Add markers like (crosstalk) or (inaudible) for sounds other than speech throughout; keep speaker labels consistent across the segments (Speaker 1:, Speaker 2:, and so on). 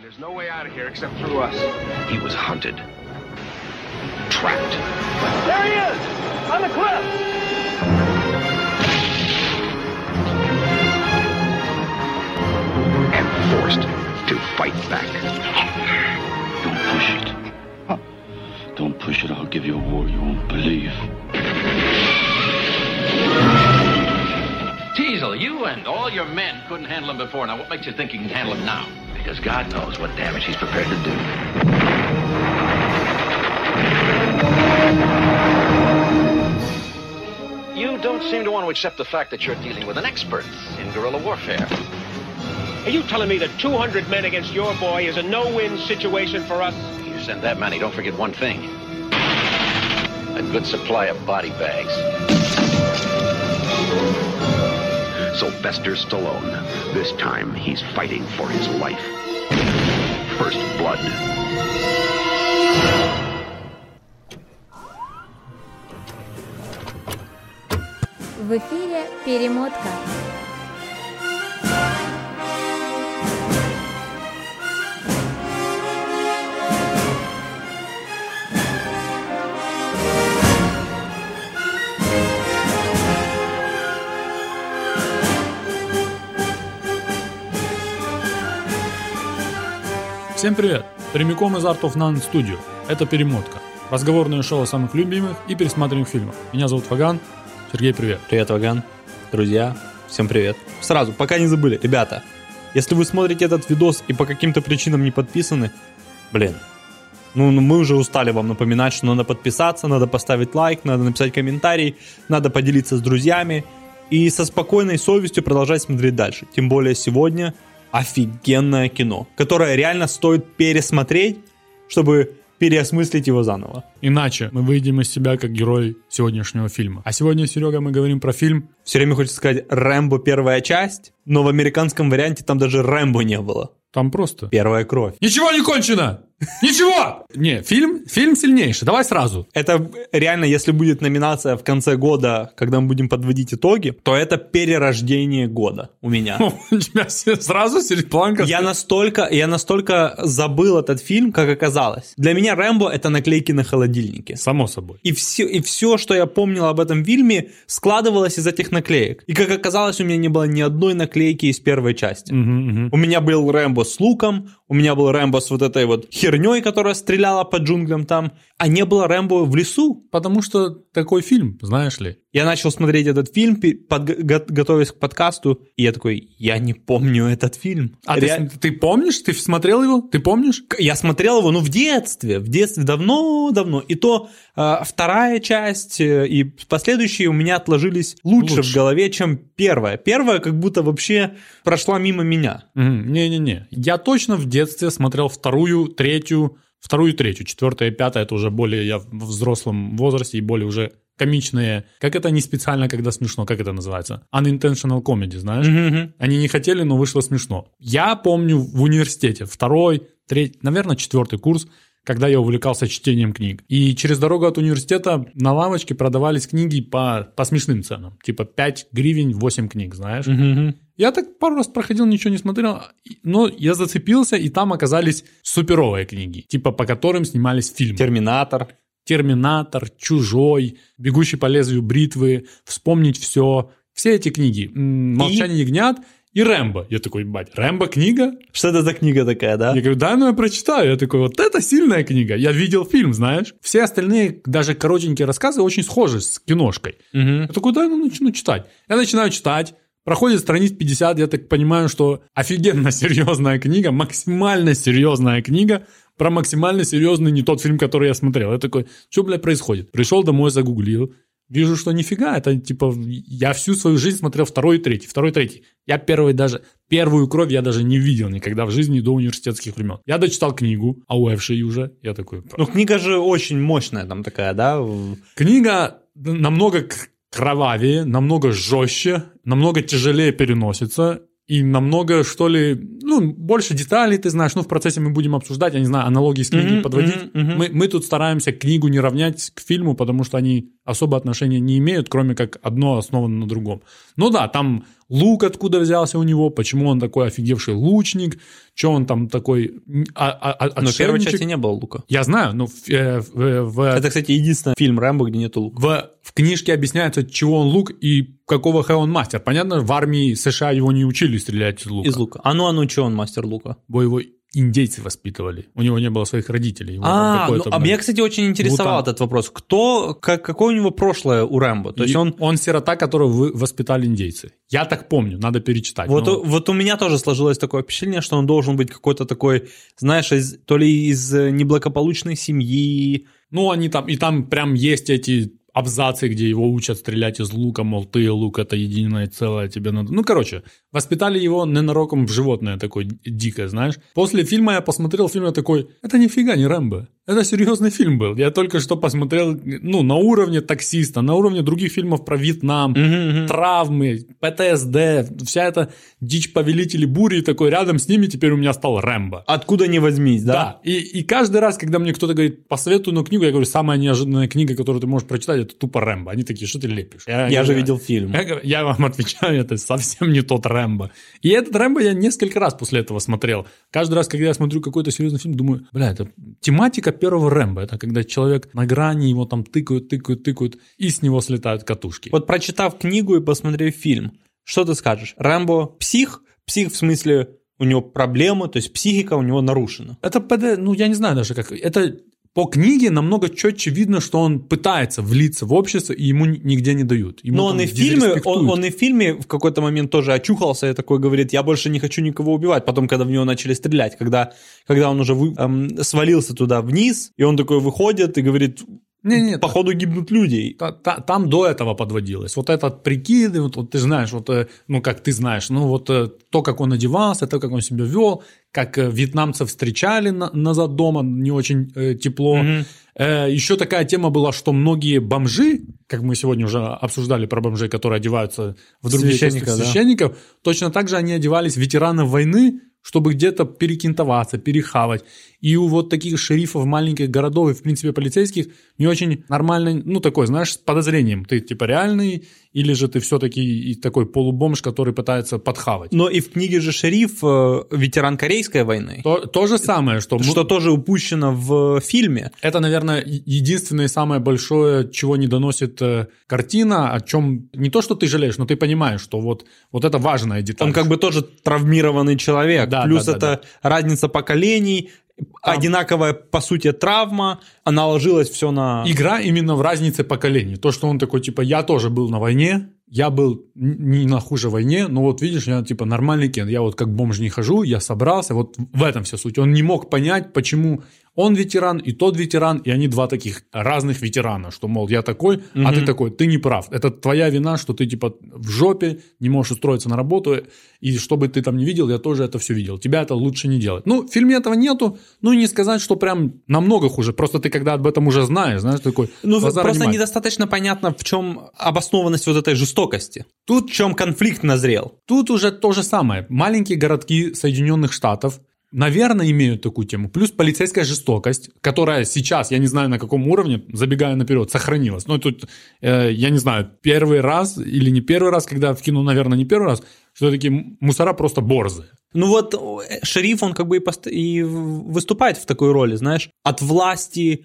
Speaker 1: There's no way out of here except through us. He was hunted. Trapped.
Speaker 2: There he is! On the cliff!
Speaker 1: and forced to fight back.
Speaker 3: Don't push it. Don't push it. I'll give you a war you won't believe.
Speaker 4: Teasel, you and all your men couldn't handle him before. Now, what makes you think you can handle him now?
Speaker 3: Because God knows what damage he's prepared to do.
Speaker 4: You don't seem to want to accept the fact that you're dealing with an expert in guerrilla warfare.
Speaker 5: Are you telling me that 200 men against your boy is a no-win situation for us?
Speaker 4: You send that many, don't forget one thing a good supply of body bags.
Speaker 1: Sylvester Stallone. This time, he's fighting for his life. First blood.
Speaker 6: В эфире «Перемотка».
Speaker 7: Всем привет! Прямиком из Art of None Studio. Это «Перемотка». Разговорное шоу о самых любимых и пересматриваемых фильмах. Меня зовут Ваган. Сергей, привет.
Speaker 8: Привет, Ваган. Друзья, всем привет. Сразу, пока не забыли, ребята, если вы смотрите этот видос и по каким-то причинам не подписаны, блин, ну, ну, мы уже устали вам напоминать, что надо подписаться, надо поставить лайк, надо написать комментарий, надо поделиться с друзьями и со спокойной совестью продолжать смотреть дальше. Тем более сегодня офигенное кино, которое реально стоит пересмотреть, чтобы переосмыслить его заново.
Speaker 7: Иначе мы выйдем из себя как герой сегодняшнего фильма. А сегодня, Серега, мы говорим про фильм
Speaker 8: Все время хочется сказать «Рэмбо первая часть», но в американском варианте там даже «Рэмбо» не было.
Speaker 7: «Там просто».
Speaker 8: Первая кровь.
Speaker 7: Ничего не кончено! Ничего! Не, фильм, фильм сильнейший, давай сразу.
Speaker 8: Это реально, если будет номинация в конце года, когда мы будем подводить итоги, то это перерождение года
Speaker 7: (laughs)
Speaker 8: у меня.
Speaker 7: Ну, У тебя все- сразу Серег, планка.
Speaker 8: Я настолько, я настолько забыл этот фильм, как оказалось. Для меня «Рэмбо» — это наклейки на холодильнике.
Speaker 7: Само собой.
Speaker 8: И все, и все, что я помнил об этом фильме, складывалось из этих наклеек. И как оказалось, у меня не было ни одной наклейки из первой части.
Speaker 7: Мгм, мгм.
Speaker 8: У меня был Рэмбо с луком, у меня был Рэмбо с вот этой вот херней, которая стреляла по джунглям там, а не было Рэмбо в лесу.
Speaker 7: Потому что такой фильм, знаешь ли.
Speaker 8: Я начал смотреть этот фильм, пе- подго- го- готовясь к подкасту, и я такой, я не помню этот фильм.
Speaker 7: А ты,
Speaker 8: Ре-
Speaker 7: см- ты помнишь? Ты смотрел его? Ты помнишь?
Speaker 8: К- Я смотрел его, ну, в детстве, в детстве давно-давно. И то э, вторая часть э, и последующие у меня отложились лучше,
Speaker 7: Лучше.
Speaker 8: в голове, чем первая. Первая как будто вообще прошла мимо меня.
Speaker 7: Мгм, Не-не-не. Я точно в детстве смотрел вторую, третью, вторую, третью, четвертая, пятая. Это уже более я в взрослом возрасте и более уже комичные. Как это не специально, когда смешно? Как это называется? Unintentional comedy, знаешь? Они не хотели, но вышло смешно. Я помню в университете второй, третий, наверное, четвертый курс, когда я увлекался чтением книг. И через дорогу от университета на лавочке продавались книги по, по смешным ценам. Типа 5 гривен, 8 книг, знаешь? Я так пару раз проходил, ничего не смотрел, и- но я зацепился, и там оказались суперовые книги, типа по которым снимались фильмы.
Speaker 8: Терминатор.
Speaker 7: «Терминатор», «Чужой», «Бегущий по лезвию бритвы», «Вспомнить все». Все эти книги. М, «Молчание ягнят» и «Рэмбо». Я такой, бать, «Рэмбо» книга?
Speaker 8: Что это за книга такая, да?
Speaker 7: Я говорю, да, ну я прочитаю. Я такой, вот это сильная книга. Я видел фильм, знаешь. Все остальные, даже коротенькие рассказы, очень схожи с киношкой.
Speaker 8: Мгм.
Speaker 7: Я такой, да, ну начну читать. Я начинаю читать. Проходит страниц 50, я так понимаю, что офигенно (laughs) серьезная книга, максимально серьезная книга про максимально серьезный не тот фильм, который я смотрел. Я такой, что, блядь, происходит? Пришел домой, загуглил, вижу, что нифига, это типа, я всю свою жизнь смотрел второй и третий, второй и третий. Я первый даже, первую кровь я даже не видел никогда в жизни до университетских времен. Я дочитал книгу, а уже, я такой...
Speaker 8: Ну, книга же очень мощная там такая, да? В-
Speaker 7: Книга намного к- кровавее, намного жестче, намного тяжелее переносится и намного, что ли, ну, больше деталей ты знаешь. Ну, в процессе мы будем обсуждать, я не знаю, аналогии с книгой
Speaker 8: Мгм,
Speaker 7: подводить.
Speaker 8: мгм, мгм.
Speaker 7: Мы, мы тут стараемся книгу не равнять к фильму, потому что они особо отношения не имеют, кроме как одно основано на другом. Ну да, там лук откуда взялся у него, почему он такой офигевший лучник, что он там такой м, а, а, а,
Speaker 8: Но в ну, первой
Speaker 7: отшельничек.
Speaker 8: части не было лука.
Speaker 7: Я знаю, но в, э, в- э, в-
Speaker 8: Это, кстати, единственный фильм Рэмбо, где нету лука.
Speaker 7: в, в книжке объясняется, чего он лук и какого хэ он мастер. Понятно, в армии США его не учили стрелять из лука.
Speaker 8: Из лука. А ну, а ну, че он мастер лука?
Speaker 7: Его- его индейцы воспитывали. У него не было своих родителей. Его там
Speaker 8: А, ну,
Speaker 7: какое-то,
Speaker 8: а
Speaker 7: блин,
Speaker 8: меня, кстати, очень интересовал
Speaker 7: Бутан.
Speaker 8: этот вопрос. Кто, как, какое у него прошлое у Рэмбо? То есть
Speaker 7: и
Speaker 8: он...
Speaker 7: он сирота, которого вы воспитали индейцы. Я так помню, надо перечитать. Ну,
Speaker 8: Вот,
Speaker 7: но-
Speaker 8: у- вот у меня тоже сложилось такое впечатление, что он должен быть какой-то такой, знаешь, из- то ли из э, неблагополучной семьи.
Speaker 7: Ну, они там, и там прям есть эти абзацы, где его учат стрелять из лука, мол, ты лук это единое целое, тебе надо... Ну, короче, воспитали его ненароком в животное такое д- дикое, знаешь. После фильма я посмотрел фильм, я такой, это нифига не Рэмбо, это серьезный фильм был. Я только что посмотрел, ну, на уровне таксиста, на уровне других фильмов про Вьетнам, травмы, ПТСД, вся эта дичь повелители бури, и такой рядом с ними теперь у меня стал Рэмбо.
Speaker 8: Откуда ни возьмись, да?
Speaker 7: Да. И, и каждый раз, когда мне кто-то говорит, посоветуй ну книгу, я говорю, самая неожиданная книга, которую ты можешь прочитать, это тупо Рэмбо. Они такие, что ты лепишь?
Speaker 8: Я же
Speaker 7: говорю,
Speaker 8: видел фильм.
Speaker 7: Я, говорю, я вам отвечаю, это совсем не тот Рэмбо. И этот Рэмбо я несколько раз после этого смотрел. Каждый раз, когда я смотрю какой-то серьезный фильм, думаю, бля, это тематика первого Рэмбо. Это когда человек на грани, его там тыкают, тыкают, тыкают, и с него слетают катушки.
Speaker 8: Вот прочитав книгу и посмотрев фильм, что ты скажешь? Рэмбо псих? Псих в смысле у него проблемы, то есть психика у него нарушена.
Speaker 7: Это ПД, ну я не знаю даже как. Это по книге намного четче видно, что он пытается влиться в общество, и ему ни- нигде не дают. Ему
Speaker 8: Но
Speaker 7: там
Speaker 8: он и, в фильме, он,
Speaker 7: дизреспектуют.
Speaker 8: он и в фильме в какой-то момент тоже очухался и такой говорит, я больше не хочу никого убивать. Потом, когда в него начали стрелять, когда, когда он уже вы- эм, свалился туда вниз, и он такой выходит и говорит,
Speaker 7: Не-не,
Speaker 8: походу гибнут люди.
Speaker 7: та- та- там до этого подводилось. Вот этот прикид, и вот, вот ты знаешь, вот, э, ну как ты знаешь, ну вот э, то, как он одевался, то, как он себя вел, как э, вьетнамцев встречали на- назад дома, не очень э, тепло.
Speaker 8: Мгм.
Speaker 7: Э, Еще такая тема была, что многие бомжи, как мы сегодня уже обсуждали про бомжей, которые одеваются в другие
Speaker 8: Священника,
Speaker 7: костюмы
Speaker 8: да.
Speaker 7: священников, точно так же они одевались ветераны войны, чтобы где-то перекинтоваться, перехавать. И у вот таких шерифов маленьких городов и, в принципе, полицейских не очень нормально, ну, такой, знаешь, с подозрением. Ты, типа, реальный или же ты все-таки и такой полубомж, который пытается подхавать.
Speaker 8: Но и в книге же шериф э, ветеран Корейской войны,
Speaker 7: То, ну, то же самое, что... мы-
Speaker 8: что тоже упущено в э, фильме.
Speaker 7: Это, наверное, е- единственное и самое большое, чего не доносит э, картина, о чем не то, что ты жалеешь, но ты понимаешь, что вот, вот это важная деталь.
Speaker 8: Он как бы тоже травмированный человек.
Speaker 7: Да,
Speaker 8: Плюс
Speaker 7: да, да,
Speaker 8: это разница поколений, одинаковая, по сути, травма. Она ложилась все на...
Speaker 7: Игра именно в разнице поколений. То, что он такой, типа, я тоже был на войне, я был н- не на хуже войне, но вот видишь, я типа нормальный кен, я вот как бомж не хожу, я собрался, вот в этом вся суть. Он не мог понять, почему он ветеран и тот ветеран, и они два таких разных ветерана, что, мол, я такой, а ты такой, ты не прав. Это твоя вина, что ты типа в жопе, не можешь устроиться на работу, и что бы ты там не видел, я тоже это все видел. Тебя это лучше не делать. Ну, в фильме этого нету, ну и не сказать, что прям намного хуже. Просто ты когда об этом уже знаешь, знаешь, такой...
Speaker 8: Ну,
Speaker 7: глаза
Speaker 8: просто
Speaker 7: разнимает.
Speaker 8: недостаточно понятно, в чем обоснованность вот этой жестокости. Тут в чем конфликт назрел.
Speaker 7: Тут уже то же самое. Маленькие городки Соединенных Штатов, наверное, имеют такую тему. Плюс полицейская жестокость, которая сейчас, я не знаю на каком уровне, забегая наперед, сохранилась. Но тут, э, я не знаю, первый раз или не первый раз, когда в кино, наверное, не первый раз, что такие м- мусора просто борзы.
Speaker 8: Ну вот э, шериф, он как бы и, пост- и в- выступает в такой роли, знаешь, от власти,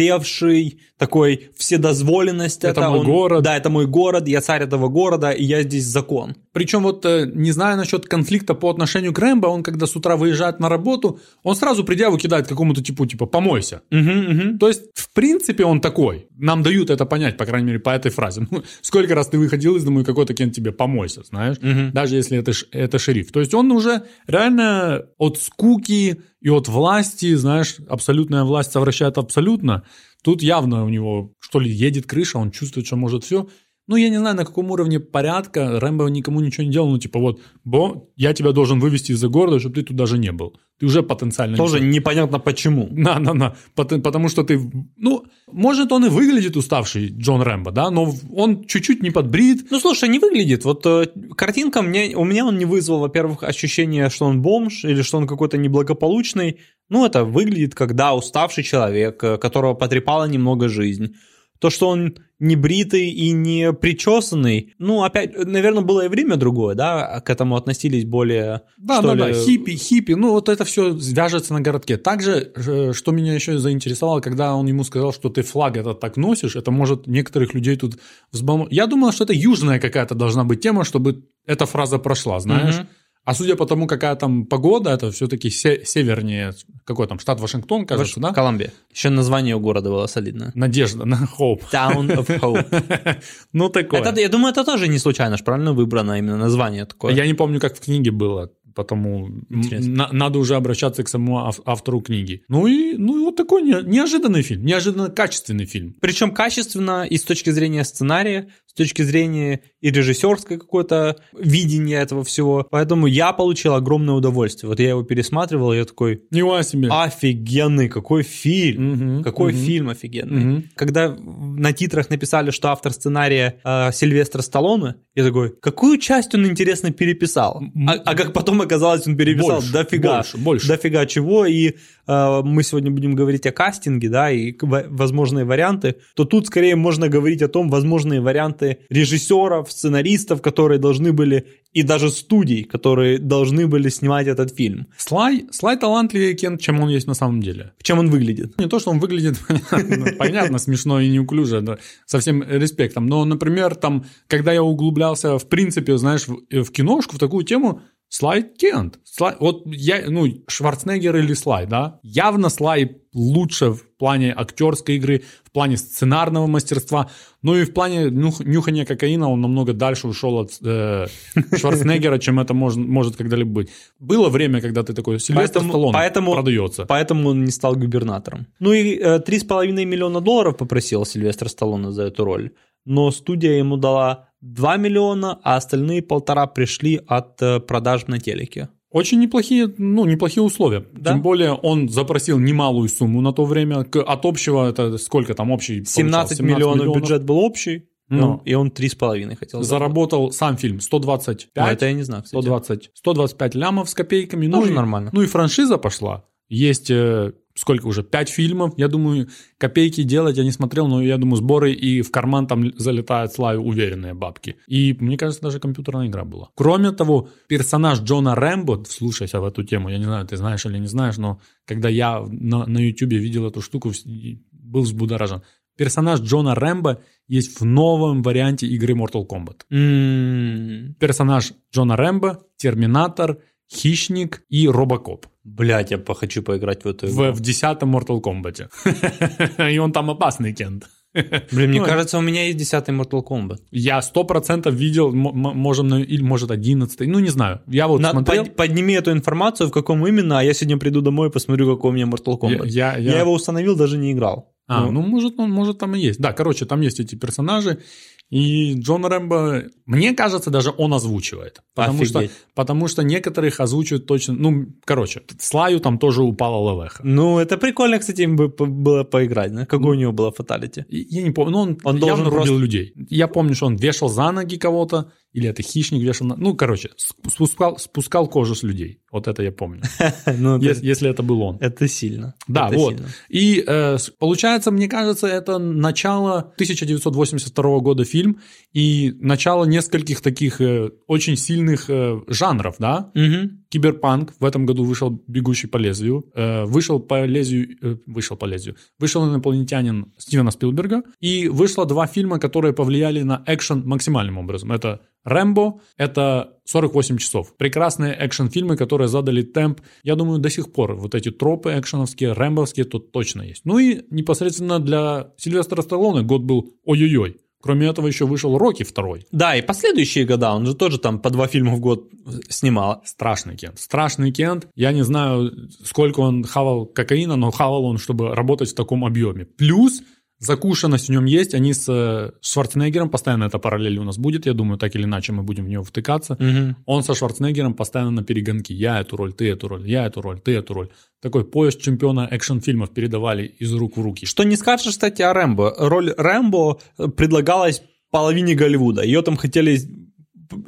Speaker 8: ожиревший, такой вседозволенность.
Speaker 7: Это мой
Speaker 8: он-
Speaker 7: город.
Speaker 8: Да, это мой город, я царь этого города, и я здесь закон.
Speaker 7: Причем вот э, не знаю насчет конфликта по отношению к Рэмбо, он когда с утра выезжает на работу, он сразу придя его кидает какому-то типу, типа «помойся». То есть, в принципе, он такой. Нам дают это понять, по крайней мере, по этой фразе. (laughs) Ну, сколько раз ты выходил из дома, и какой-то кент тебе помойся, знаешь? Даже если это, ш- это шериф. То есть, он уже реально от скуки и от власти, знаешь, абсолютная власть совращает абсолютно. Тут явно у него, что ли, едет крыша, он чувствует, что может все. Ну, я не знаю, на каком уровне порядка Рэмбо никому ничего не делал. Ну, типа, вот, Бо, я тебя должен вывести из-за города, чтобы ты тут даже не был. Ты уже потенциально...
Speaker 8: Тоже
Speaker 7: несчастный.
Speaker 8: непонятно почему.
Speaker 7: (laughs) На, на, на. Пот- Потому что ты... Ну, может, он и выглядит уставший, Джон Рэмбо, да, но в- он чуть-чуть не подбрит.
Speaker 8: Ну, слушай, не выглядит. Вот э, картинка мне, у меня он не вызвал, во-первых, ощущение, что он бомж или что он какой-то неблагополучный. Ну, это выглядит как, да, уставший человек, э, которого потрепала немного жизнь. То, что он не бритый и не причесанный, ну, опять, наверное, было и время другое, да, к этому относились более,
Speaker 7: Да, да,
Speaker 8: что
Speaker 7: да,
Speaker 8: ли,
Speaker 7: хиппи, хиппи, ну вот это все вяжется на городке. Также, э, что меня еще заинтересовало, когда он ему сказал, что ты флаг этот так носишь, это может некоторых людей тут взбалм... Я думал, что это южная какая-то должна быть тема, чтобы эта фраза прошла, знаешь.
Speaker 8: Мгм.
Speaker 7: А судя по тому, какая там погода, это все-таки севернее, какой там, штат Вашингтон, кажется, да?
Speaker 8: Колумбия. Еще название у города
Speaker 7: (laughs)
Speaker 8: было солидное.
Speaker 7: Надежда на хоп.
Speaker 8: Town of Hope.
Speaker 7: Ну, такое.
Speaker 8: Это, я думаю, это тоже не случайно, ж правильно выбрано именно название такое.
Speaker 7: Я не помню, как в книге было, потому м,
Speaker 8: типа, Интересно.
Speaker 7: на- надо уже обращаться к самому ав- автору книги. Ну и, ну и вот такой не- неожиданный фильм, неожиданно качественный фильм.
Speaker 8: Причем качественно и с точки зрения сценария, с точки зрения и режиссерской какой-то видения этого всего. Поэтому я получил огромное удовольствие. Вот я его пересматривал, и я такой,
Speaker 7: Нива себе.
Speaker 8: офигенный, какой фильм.
Speaker 7: Мгм,
Speaker 8: А, Какой
Speaker 7: мгм.
Speaker 8: фильм офигенный.
Speaker 7: Мгм.
Speaker 8: Когда на титрах написали, что автор сценария э, Сильвестра Сталлоне, я такой, какую часть он, интересно, переписал?
Speaker 7: М-
Speaker 8: А, а как потом оказалось, он переписал
Speaker 7: Больше,
Speaker 8: дофига.
Speaker 7: больше, больше.
Speaker 8: Дофига чего. И э, мы сегодня будем говорить о кастинге, да, и к- во- возможные варианты. То тут скорее можно говорить о том, возможные варианты режиссеров, сценаристов, которые должны были, и даже студий, которые должны были снимать этот фильм.
Speaker 7: Слай, Слай талантливее Кен, чем он есть на самом деле.
Speaker 8: Чем он выглядит?
Speaker 7: Не то, что он выглядит, (laughs) понятно, понятно, смешно и неуклюже, да, со всем респектом. Но, например, там, когда я углублялся, в принципе, знаешь, в, э, в киношку, в такую тему, Слай Кент. Слай, вот я, ну, Шварценеггер или Слай, да? Явно Слай лучше в плане актерской игры, в плане сценарного мастерства, ну и в плане нюх- нюхания кокаина он намного дальше ушел от
Speaker 8: (laughs)
Speaker 7: э, Шварценеггера, чем это мож- может когда-либо быть. Было время, когда ты такой, Сильвестр
Speaker 8: Поэтому-
Speaker 7: Сталлоне
Speaker 8: поэтому-
Speaker 7: продается.
Speaker 8: Поэтому он не стал губернатором. Ну и э, 3,5 миллиона долларов попросил Сильвестр Сталлоне за эту роль. Но студия ему дала 2 миллиона, а остальные полтора пришли от э, продаж на телеке.
Speaker 7: Очень неплохие, ну, неплохие условия.
Speaker 8: Да.
Speaker 7: Тем более он запросил немалую сумму на то время. К- От общего, это сколько там общий?
Speaker 8: 17,
Speaker 7: получался?
Speaker 8: миллионов, бюджет был общий,
Speaker 7: Ну.
Speaker 8: и он 3,5 хотел. заработать.
Speaker 7: Заработал сам фильм 125.
Speaker 8: Ну, это я не знаю, кстати.
Speaker 7: 120, 125 лямов с копейками.
Speaker 8: Тоже
Speaker 7: ну, и-
Speaker 8: нормально.
Speaker 7: Ну и франшиза пошла. Есть э, сколько уже? 5 фильмов. Я думаю, копейки делать я не смотрел, но я думаю, сборы и в карман там залетают слаю уверенные бабки. И мне кажется, даже компьютерная игра была. Кроме того, персонаж Джона Рэмбо, вслушайся в эту тему, я не знаю, ты знаешь или не знаешь, но когда я в- на, на YouTube видел эту штуку, вс- и был взбудоражен. Персонаж Джона Рэмбо есть в новом варианте игры Mortal Kombat
Speaker 8: М,
Speaker 7: персонаж Джона Рэмбо, Терминатор, Хищник и Робокоп
Speaker 8: Блядь, я по- хочу поиграть в эту игру.
Speaker 7: в, в 10-м Mortal Kombat. (laughs) И он там опасный, Кент.
Speaker 8: Блин, мне
Speaker 7: ну,
Speaker 8: кажется, у меня есть 10 Mortal Kombat.
Speaker 7: Я 100% видел, м- м- можем, на- или может 11 ну не знаю. Я вот
Speaker 8: На-
Speaker 7: смотрел.
Speaker 8: под- подними эту информацию, в каком именно, а я сегодня приду домой и посмотрю, какой у меня Mortal
Speaker 7: Я,
Speaker 8: Kombat.
Speaker 7: я-
Speaker 8: Я
Speaker 7: я-
Speaker 8: его установил, даже не играл.
Speaker 7: А, ну, может, он, может, там и есть. Да, короче, там есть эти персонажи. И Джон Рэмбо, мне кажется, даже он озвучивает. Потому что,
Speaker 8: Офигеть.
Speaker 7: потому что некоторых озвучивают точно... Ну, короче, Слаю там тоже упала лавеха.
Speaker 8: Ну, это прикольно, кстати, им бы по- было поиграть. Да? Какой
Speaker 7: Ну.
Speaker 8: у него было фаталити? (laughs)
Speaker 7: И- Я не помню, но он,
Speaker 8: Он должен
Speaker 7: явно рубил
Speaker 8: просто-
Speaker 7: людей. Я помню, что он вешал за ноги кого-то, или это хищник вешал на... Ну, короче, сп- спускал, спускал кожу с людей. Вот это я
Speaker 8: (laughs)
Speaker 7: помню.
Speaker 8: ну, это,
Speaker 7: Ес- Если это был он.
Speaker 8: это сильно.
Speaker 7: Да,
Speaker 8: Это
Speaker 7: вот.
Speaker 8: сильно.
Speaker 7: И э, с- получается, мне кажется, это начало 1982 года фильм и начало нескольких таких э, очень сильных э, жанров, да?
Speaker 8: Мгм.
Speaker 7: Киберпанк в этом году вышел «Бегущий по лезвию», э, вышел по лезвию, э, вышел по лезвию, вышел «Инопланетянин» Стивена Спилберга, и вышло два фильма, которые повлияли на экшен максимальным образом. Это «Рэмбо», это «48 часов». Прекрасные экшен-фильмы, которые задали темп. Я думаю, до сих пор вот эти тропы экшеновские, рэмбовские тут точно есть. Ну и непосредственно для Сильвестра Сталлоне год был ой-ой-ой. Кроме этого еще вышел «Рокки» второй.
Speaker 8: Да, и последующие года, он же тоже там по два фильма в год снимал.
Speaker 7: Страшный Кент. Страшный Кент. Я не знаю, сколько он хавал кокаина, но хавал он, чтобы работать в таком объеме. Плюс закушенность в нем есть. Они с э, Шварценеггером, постоянно эта параллель у нас будет, я думаю, так или иначе мы будем в него втыкаться. Он со Шварценеггером постоянно на перегонки. Я эту роль, ты эту роль, я эту роль, ты эту роль. Такой поезд чемпиона экшн-фильмов передавали из рук в руки.
Speaker 8: Что не скажешь, кстати, о Рэмбо. Роль Рэмбо э, предлагалась половине Голливуда. Ее там хотели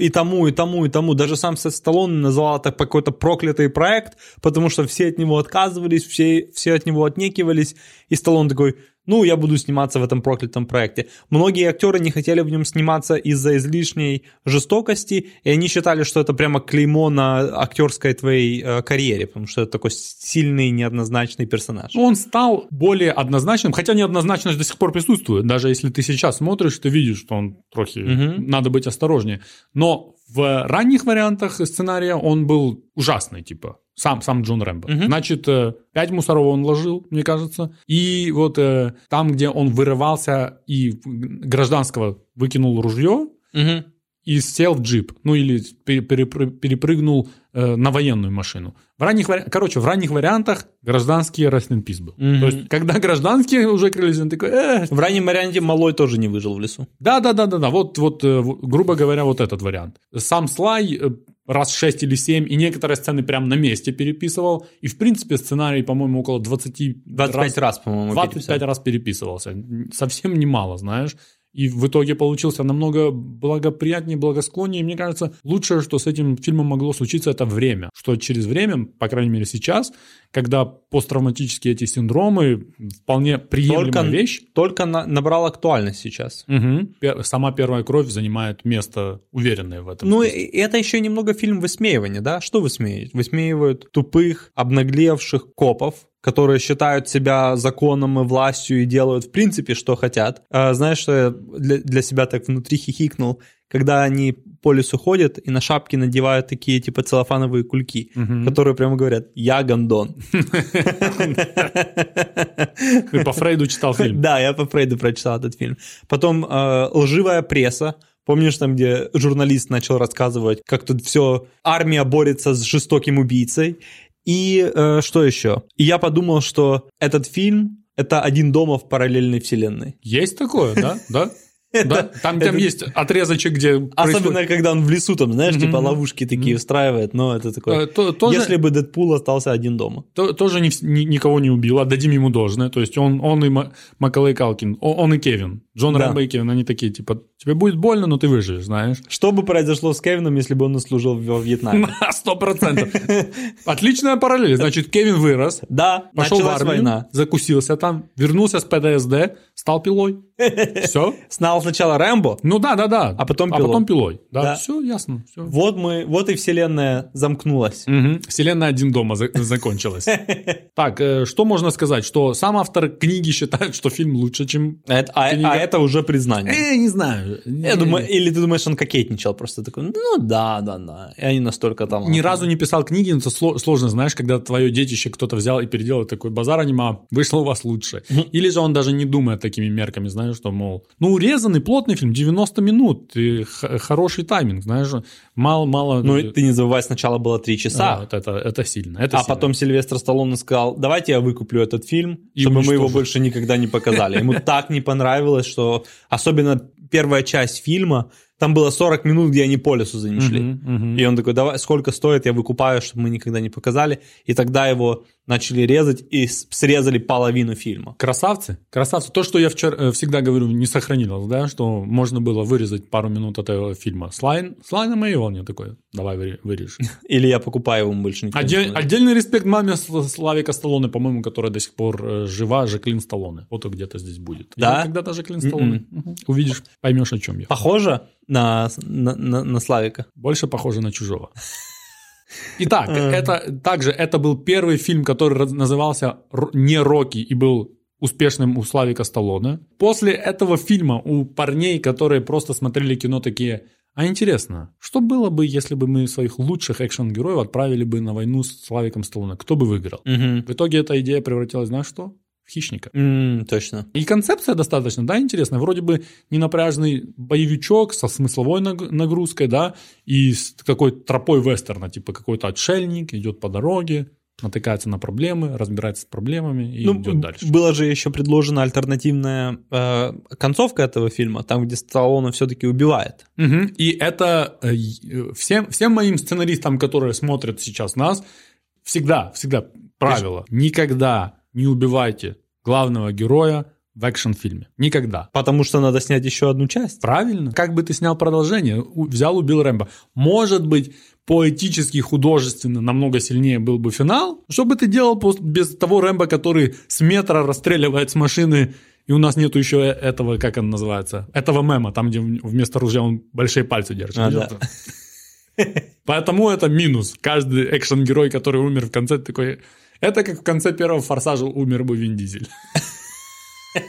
Speaker 8: и тому, и тому, и тому. Даже сам Сет Сталлоне называл это какой-то проклятый проект, потому что все от него отказывались, все, все от него отнекивались. И Сталлоне такой, ну, я буду сниматься в этом проклятом проекте. Многие актеры не хотели в нем сниматься из-за излишней жестокости, и они считали, что это прямо клеймо на актерской твоей э, карьере, потому что это такой сильный, неоднозначный персонаж.
Speaker 7: Ну, Он стал более однозначным, хотя неоднозначность до сих пор присутствует. Даже если ты сейчас смотришь, ты видишь, что он трохи...
Speaker 8: Мгм.
Speaker 7: Надо быть осторожнее. Но в ранних вариантах сценария он был ужасный, типа. Сам, сам Джон Рэмбо.
Speaker 8: Мгм.
Speaker 7: Значит, э, пять мусоров он ложил, мне кажется. И вот э, там, где он вырывался и гражданского выкинул ружье, и сел в джип, ну или пере- перепры- перепрыгнул э, на военную машину. В ранних, вари- короче, в ранних вариантах гражданский rest in peace был.
Speaker 8: Мгм.
Speaker 7: То есть, когда гражданские уже крылись, он такой, «Э,
Speaker 8: В раннем варианте Малой тоже не выжил в лесу.
Speaker 7: да, да, да, да, да. Вот, вот, э, в- грубо говоря, вот этот вариант. Сам Слай э, раз 6 или 7, и некоторые сцены прям на месте переписывал. И, в принципе, сценарий, по-моему, около 20
Speaker 8: 25 раз, по-моему,
Speaker 7: 25
Speaker 8: переписали.
Speaker 7: раз переписывался. Совсем немало, знаешь. И в итоге получился намного благоприятнее, благосклоннее. И Мне кажется, лучшее, что с этим фильмом могло случиться, это время. Что через время, по крайней мере сейчас, когда посттравматические эти синдромы, вполне приемлемая
Speaker 8: Только-
Speaker 7: вещь,
Speaker 8: Только на- набрал актуальность сейчас.
Speaker 7: Мгм. Пер- Сама первая кровь занимает место уверенное в этом.
Speaker 8: Ну, и
Speaker 7: списке.
Speaker 8: это еще немного фильм высмеивания, да? Что высмеивают? Высмеивают тупых, обнаглевших копов, которые считают себя законом и властью и делают в принципе, что хотят. А, знаешь, что я для, для себя так внутри хихикнул, когда они по лесу ходят и на шапки надевают такие типа целлофановые кульки,
Speaker 7: Мгм.
Speaker 8: которые прямо говорят «Я гондон».
Speaker 7: Ты по Фрейду читал фильм.
Speaker 8: (laughs) Да, я по Фрейду прочитал этот фильм. Потом э, лживая пресса. Помнишь там, где журналист начал рассказывать, как тут все армия борется с жестоким убийцей? И э, что еще? И я подумал, что этот фильм это один дома в параллельной вселенной.
Speaker 7: Есть такое, да? Да? Да. Там, там
Speaker 8: (laughs) это-
Speaker 7: есть отрезочек, где
Speaker 8: Особенно,
Speaker 7: происходит-
Speaker 8: когда он в лесу там, знаешь,
Speaker 7: Мгм.
Speaker 8: типа ловушки такие устраивает, но это
Speaker 7: Э,
Speaker 8: такое.
Speaker 7: то- тоже-
Speaker 8: Если бы Дэдпул остался один дома.
Speaker 7: то- Тоже не вс- ни- никого не убил, отдадим ему должное. То есть он, он и Ма- Маколей Калкин, о- он, и Кевин. Джон
Speaker 8: Да.
Speaker 7: Рэмбо и Кевин, они такие, типа, тебе будет больно, но ты выживешь, знаешь.
Speaker 8: Что бы произошло с Кевином, если бы он служил во Вьетнаме?
Speaker 7: (laughs) На сто процентов. (laughs) Отличная параллель. Значит, Кевин вырос,
Speaker 8: Да,
Speaker 7: пошел в
Speaker 8: началась
Speaker 7: армию,
Speaker 8: война.
Speaker 7: закусился там, вернулся с ПДСД, стал (laughs) пилой. Все.
Speaker 8: Снял сначала Рэмбо.
Speaker 7: Ну да, да, да.
Speaker 8: А потом
Speaker 7: а
Speaker 8: пилой.
Speaker 7: потом пилой. Да,
Speaker 8: Да.
Speaker 7: все ясно. всё.
Speaker 8: Вот мы, вот и вселенная замкнулась.
Speaker 7: Мгм. Вселенная один дома (laughs) за- закончилась. Так, э, что можно сказать? Что сам автор книги считает, что фильм лучше, чем...
Speaker 8: Это- а,
Speaker 7: Книга.
Speaker 8: а это уже признание.
Speaker 7: Э, не знаю.
Speaker 8: Я думаю, или ты думаешь, он кокетничал просто такой, ну да, да, да. И они настолько там...
Speaker 7: Ни разу не писал книги, но это сло- сложно, знаешь, когда твое детище кто-то взял и переделал такой базар анима, вышло у вас лучше. Или же он даже не думает такими мерками, знаешь, что, мол, ну, урезанный, плотный фильм, 90 минут, и х- хороший тайминг, знаешь, мало-мало...
Speaker 8: Ну, и ты не забывай, сначала было три часа,
Speaker 7: Да, А, вот это, это сильно. Это
Speaker 8: а
Speaker 7: сильно.
Speaker 8: потом Сильвестр Сталлоне сказал, давайте я выкуплю этот фильм,
Speaker 7: И
Speaker 8: чтобы мы его
Speaker 7: уничтожу.
Speaker 8: больше никогда не
Speaker 7: (laughs)
Speaker 8: показали. Ему так не понравилось, что особенно первая часть фильма, там было 40 минут, где они по лесу за ним шли.
Speaker 7: Мгм, мгм.
Speaker 8: И он такой, давай, сколько стоит, я выкупаю, чтобы мы никогда не показали. И тогда его начали резать и с- срезали половину фильма.
Speaker 7: Красавцы, красавцы. То, что я вчера э, всегда говорю, не сохранилось, да, что можно было вырезать пару минут от этого фильма. Слайн, слайна Мэйволни такой. Давай выре- вырежь.
Speaker 8: Или я покупаю его, мы больше никогда не
Speaker 7: Отдель-
Speaker 8: смотрим.
Speaker 7: отдельный респект маме Сл- Славика Сталлоне, по-моему, которая до сих пор э, жива, Жаклин Сталлоне. Вот он где-то здесь будет.
Speaker 8: Да? М-м.
Speaker 7: Или Когда-то Жаклин Сталлоне. Мгм. Увидишь, поймешь, о чем я.
Speaker 8: Похоже на, на, на- на Славика?
Speaker 7: Больше похоже на
Speaker 8: (laughs)
Speaker 7: чужого. Итак, это также это был первый фильм, который раз- назывался Р- не Рокки и был успешным у Славика Сталлоне. После этого фильма у парней, которые просто смотрели кино, такие: а интересно, что было бы, если бы мы своих лучших экшн-героев отправили бы на войну с Славиком Сталлоне? Кто бы выиграл?
Speaker 8: Мгм.
Speaker 7: В итоге эта идея превратилась, знаешь что? В хищника.
Speaker 8: М, точно.
Speaker 7: И концепция достаточно, да, интересная. Вроде бы ненапряжный боевичок со смысловой наг- нагрузкой, да, и с такой тропой вестерна, типа какой-то отшельник идет по дороге, натыкается на проблемы, разбирается с проблемами и
Speaker 8: Ну,
Speaker 7: идет дальше.
Speaker 8: Была же еще предложена альтернативная э, концовка этого фильма, там, где Сталлоне все-таки убивает.
Speaker 7: Мгм. И это э, э, всем, всем моим сценаристам, которые смотрят сейчас нас, всегда, всегда правило. Никогда не убивайте главного героя в экшн-фильме. Никогда.
Speaker 8: Потому что надо снять еще одну часть.
Speaker 7: Правильно. Как бы ты снял продолжение? У- Взял, убил Рэмбо. Может быть, поэтически, художественно намного сильнее был бы финал. Что бы ты делал пос- без того Рэмбо, который с метра расстреливает с машины И у нас нету еще э- этого, как он называется, этого мема, там, где в- вместо ружья он большие пальцы держит.
Speaker 8: А,
Speaker 7: Идет. Поэтому это минус. Каждый экшен-герой, который умер в конце, такой... Это как в конце первого «Форсажа» умер бы Вин Дизель. (laughs)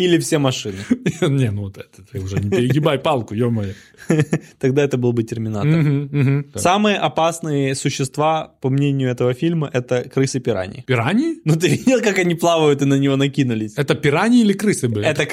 Speaker 8: Или все машины. (laughs)
Speaker 7: Не, ну вот это ты уже не перегибай палку, ё-моё.
Speaker 8: Тогда это был бы терминатор.
Speaker 7: Мгм, мгм. Так.
Speaker 8: Самые опасные существа, по мнению этого фильма, это крысы-пираньи.
Speaker 7: Пираньи?
Speaker 8: Ну ты видел, как они плавают и на него накинулись?
Speaker 7: Это пираньи или крысы были?
Speaker 8: Это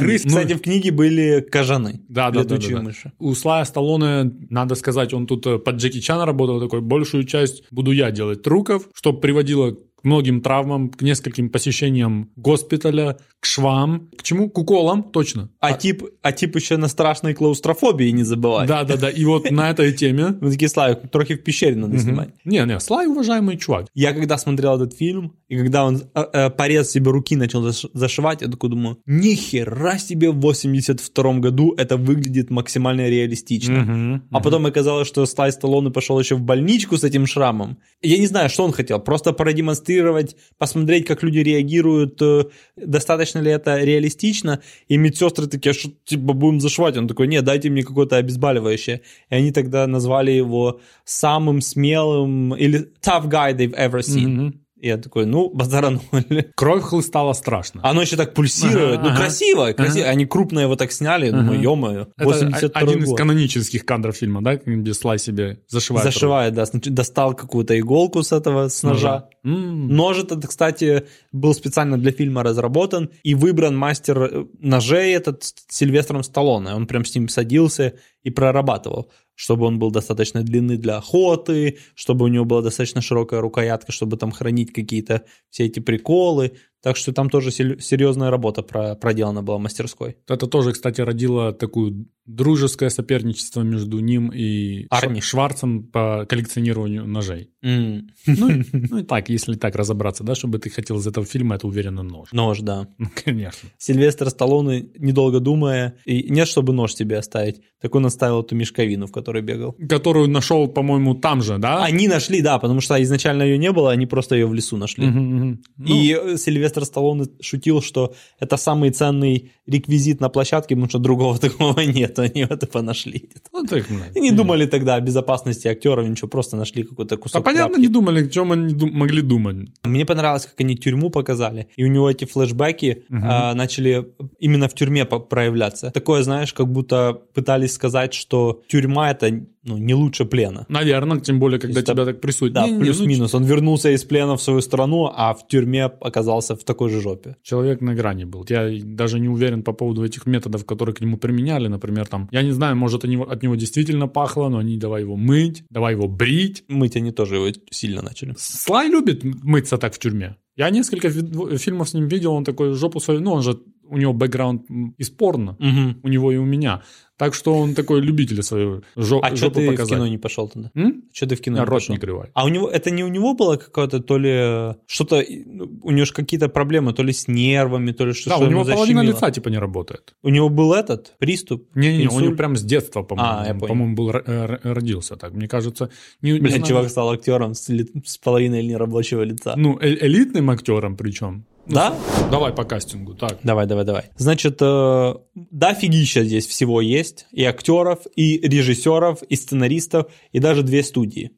Speaker 7: А, крыс-
Speaker 8: Кстати,
Speaker 7: ну-
Speaker 8: в книге были кожаны.
Speaker 7: Да, да, да,
Speaker 8: летучие
Speaker 7: да, да.
Speaker 8: мыши.
Speaker 7: У Слая Сталлоне, надо сказать, он тут э, под Джеки Чана работал, такой, большую часть буду я делать труков, что приводило к многим травмам, к нескольким посещениям госпиталя, к швам, к чему? К уколам, точно.
Speaker 8: А, тип, а тип еще на страшной клаустрофобии не забывай.
Speaker 7: Да-да-да, и вот на этой
Speaker 8: (laughs)
Speaker 7: теме...
Speaker 8: Мы такие, Славик, трохи в пещере надо снимать.
Speaker 7: Не-не, Слай уважаемый чувак.
Speaker 8: Я когда смотрел этот фильм, и когда он э, э, порез себе руки начал заш- зашивать, я такой думаю, нихера себе в 82 году это выглядит максимально реалистично. А потом оказалось, что Слай Сталлоне пошел еще в больничку с этим шрамом. Я не знаю, что он хотел. Просто продемонстрировать, посмотреть, как люди реагируют, э, достаточно ли это реалистично. И медсестры такие, что типа будем зашивать. Он такой, нет, дайте мне какое-то обезболивающее. И они тогда назвали его самым смелым или tough guy they've ever seen.
Speaker 7: Мгм.
Speaker 8: И я такой, ну, базара ноль.
Speaker 7: Кровь хлыстала страшно.
Speaker 8: Оно еще так пульсирует.
Speaker 7: Ага,
Speaker 8: ну,
Speaker 7: ага.
Speaker 8: красиво, красиво. Они крупно его так сняли. Думаю,
Speaker 7: Ага.
Speaker 8: ё-моё.
Speaker 7: Это
Speaker 8: 82
Speaker 7: о- один из
Speaker 8: год.
Speaker 7: канонических кадров фильма, да, где Слай себе зашивает.
Speaker 8: Зашивает, да. Значит, Достал какую-то иголку с этого, с
Speaker 7: руку.
Speaker 8: ножа.
Speaker 7: М.
Speaker 8: Нож этот, кстати, был специально для фильма разработан и выбран мастер э, ножей этот с Сильвестром Сталлоне. Он прям с ним садился и прорабатывал, чтобы он был достаточно длинный для охоты, чтобы у него была достаточно широкая рукоятка, чтобы там хранить какие-то все эти приколы. Так что там тоже сел- серьезная работа про- проделана была мастерской.
Speaker 7: Это тоже, кстати, родило такую дружеское соперничество между ним и
Speaker 8: Арни.
Speaker 7: Шва- Шварцем по коллекционированию ножей. Ну, и- ну и так, если так разобраться, да, чтобы ты хотел из этого фильма, это уверенно нож. (laughs)
Speaker 8: Нож, да.
Speaker 7: Ну, конечно.
Speaker 8: Сильвестр Сталлоне, недолго думая, и нет, чтобы нож тебе оставить, так он оставил эту мешковину, в которой бегал.
Speaker 7: Которую нашел, по-моему, там же, да?
Speaker 8: Они нашли, да, потому что изначально ее не было, они просто ее в лесу нашли.
Speaker 7: Мгм, мгм. Ну,
Speaker 8: И э, Сильвестр Сталлоне шутил, что это самый ценный реквизит на площадке, потому что другого (laughs) такого нет, они его типа нашли.
Speaker 7: ну, так, блин.
Speaker 8: И не думали А тогда о безопасности актеров, ничего, просто нашли
Speaker 7: Да
Speaker 8: какой-то кусок
Speaker 7: А понятно,
Speaker 8: тряпки.
Speaker 7: не думали, о чем они ду- могли думать.
Speaker 8: Мне понравилось, как они тюрьму показали, и у него эти флешбеки а, начали именно в тюрьме по- проявляться. Такое, знаешь, как будто пытались сказать, что тюрьма это ну, не лучше плена.
Speaker 7: Наверное, тем более, когда
Speaker 8: есть это-
Speaker 7: тебя так прессуют.
Speaker 8: Да,
Speaker 7: Не, не, ну,
Speaker 8: плюс-минус. Он вернулся из плена в свою страну, а в тюрьме оказался в такой же жопе.
Speaker 7: Человек на грани был. Я даже не уверен по поводу этих методов, которые к нему применяли. Например, там, я не знаю, может, они- от него действительно пахло, но они давай его мыть, давай его брить.
Speaker 8: Мыть они тоже его сильно начали.
Speaker 7: Слай любит мыться так в тюрьме. Я несколько вид- фильмов с ним видел, он такой жопу свою, ну, он же, у него бэкграунд м, из порно,
Speaker 8: Мгм.
Speaker 7: у него и у меня. Так что он такой любитель свою жо-
Speaker 8: А что
Speaker 7: жопу
Speaker 8: ты в
Speaker 7: показать.
Speaker 8: кино не пошел тогда?
Speaker 7: М?
Speaker 8: Что ты в кино не
Speaker 7: Рот
Speaker 8: пошел?
Speaker 7: не кривай.
Speaker 8: А у него это не у него было какое-то то ли э, что-то, э, у него же какие-то проблемы, то ли с нервами, то ли что-то.
Speaker 7: Да, у него половина лица типа не работает.
Speaker 8: У него был этот приступ?
Speaker 7: Не-не-не, у
Speaker 8: Инсульт?
Speaker 7: него прям с детства, по-моему.
Speaker 8: А, я
Speaker 7: он,
Speaker 8: понял.
Speaker 7: по-моему, был р- э, р- родился так. Мне кажется, не, не
Speaker 8: Бля,
Speaker 7: знаю,
Speaker 8: чувак стал актером с, ли- с половиной нерабочего лица.
Speaker 7: Ну, э- элитным актером причем.
Speaker 8: да?
Speaker 7: Давай по кастингу, так.
Speaker 8: Давай, давай, давай. Значит, э, да, фигища здесь всего есть. И актеров, и режиссеров, и сценаристов, и даже две студии.